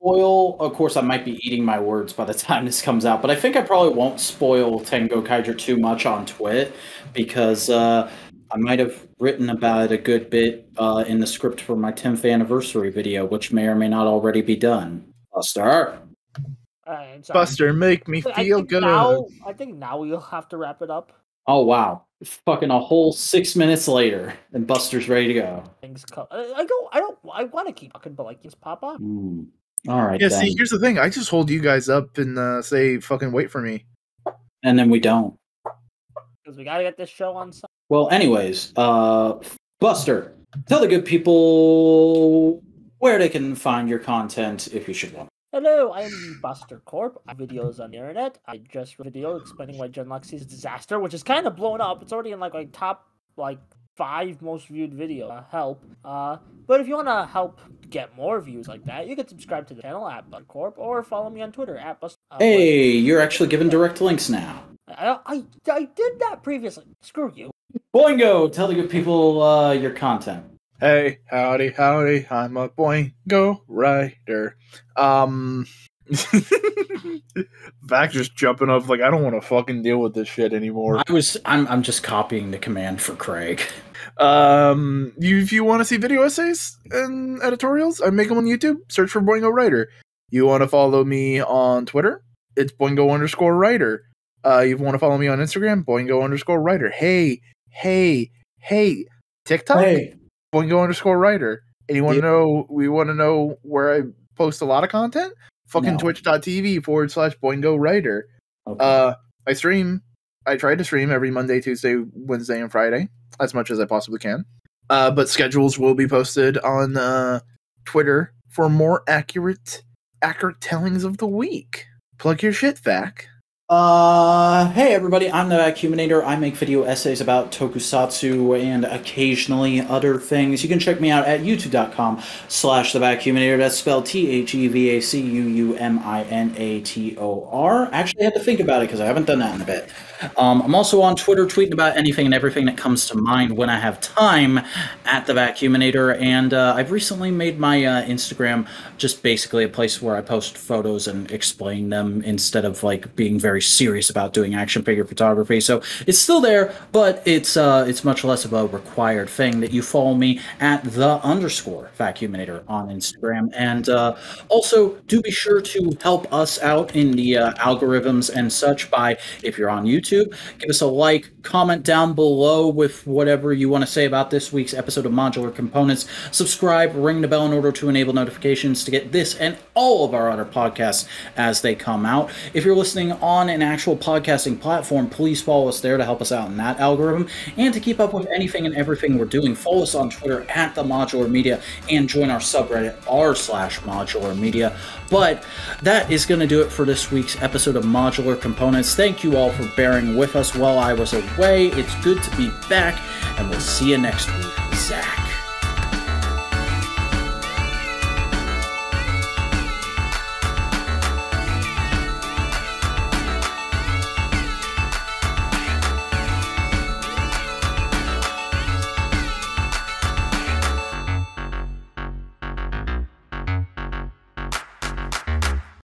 [SPEAKER 1] spoil. Of course, I might be eating my words by the time this comes out, but I think I probably won't spoil Tengo Kaiser too much on Twit because uh, I might have written about it a good bit uh, in the script for my 10th anniversary video, which may or may not already be done. Uh, I'll start.
[SPEAKER 2] Alright, I'm sorry.
[SPEAKER 4] Buster, make me
[SPEAKER 2] But I
[SPEAKER 4] feel
[SPEAKER 2] think
[SPEAKER 4] good.
[SPEAKER 2] Now, I think now we'll have to wrap it up.
[SPEAKER 1] Oh wow! Fucking a whole six minutes later, and Buster's ready to go.
[SPEAKER 2] Things come. I I don't. I don't. I want to keep talking, but like, just pop up.
[SPEAKER 1] Mm. All right.
[SPEAKER 4] Yeah,
[SPEAKER 1] then.
[SPEAKER 4] see, here's the thing. I just hold you guys up and uh, say, "Fucking wait for me."
[SPEAKER 1] and then we don't.
[SPEAKER 2] because we gotta get this show on. Sun-
[SPEAKER 1] Well, anyways, uh, Buster, tell the good people where they can find your content if you should want.
[SPEAKER 2] Hello, I am the Buster Corp. I have videos on the internet. I just wrote a video explaining why Genlock is a disaster, which is kind of blown up. It's already in like like top like five most viewed video. Uh, help. Uh, but if you want to help get more views like that, you can subscribe to the channel at Buster Corp or follow me on Twitter at Buster. uh,
[SPEAKER 1] Hey, you're actually giving direct links now.
[SPEAKER 2] I, I I did that previously. Screw you.
[SPEAKER 1] Boingo, tell the good people uh, your content.
[SPEAKER 3] Hey, howdy, howdy, I'm a boingo rider. Um, back just jumping off, like, I don't want to fucking deal with this shit anymore.
[SPEAKER 1] I was I'm I'm just copying the command for Craig.
[SPEAKER 3] Um, you, if you want to see video essays and editorials, I make them on YouTube. Search for Boingo Writer. You want to follow me on Twitter? It's Boingo underscore Writer. Uh, you want to follow me on Instagram? Boingo underscore Writer. Hey, hey, hey, TikTok. Boingo underscore Writer. And you want to
[SPEAKER 1] Yeah.
[SPEAKER 3] know? We want to know where I post a lot of content. Fucking
[SPEAKER 1] No.
[SPEAKER 3] Twitch.tv forward slash Boingo Writer.
[SPEAKER 1] Okay.
[SPEAKER 3] Uh, I stream. I try to stream every Monday, Tuesday, Wednesday, and Friday as much as I possibly can. Uh, but schedules will be posted on uh, Twitter for more accurate, accurate tellings of the week. Plug your shit back.
[SPEAKER 1] Uh, hey everybody, I'm the Vacuuminator. I make video essays about tokusatsu and occasionally other things. You can check me out at youtube.com slash the Vacuuminator. That's spelled E T-H-E-V-A-C-U-U-M-I-N-A-T-O-R. Actually, I had to think about it because I haven't done that in a bit. Um, I'm also on Twitter tweeting about anything and everything that comes to mind when I have time at the Vacuuminator. And uh, I've recently made my uh, Instagram just basically a place where I post photos and explain them instead of like being very serious about doing action figure photography. So it's still there, but it's uh, it's much less of a required thing that you follow me at the underscore Vacuuminator on Instagram. And uh, also do be sure to help us out in the uh, algorithms and such by if you're on YouTube, give us a like, comment down below with whatever you want to say about this week's episode of Modular Components. Subscribe, ring the bell in order to enable notifications to get this and all of our other podcasts as they come out. If you're listening on an actual podcasting platform, please follow us there to help us out in that algorithm. And to keep up with anything and everything we're doing, follow us on Twitter at the Modular Media and join our subreddit r slash Modular Media. But that is going to do it for this week's episode of Modular Components. Thank you all for bearing with us while I was away. It's good to be back, and we'll see you next week, Zach.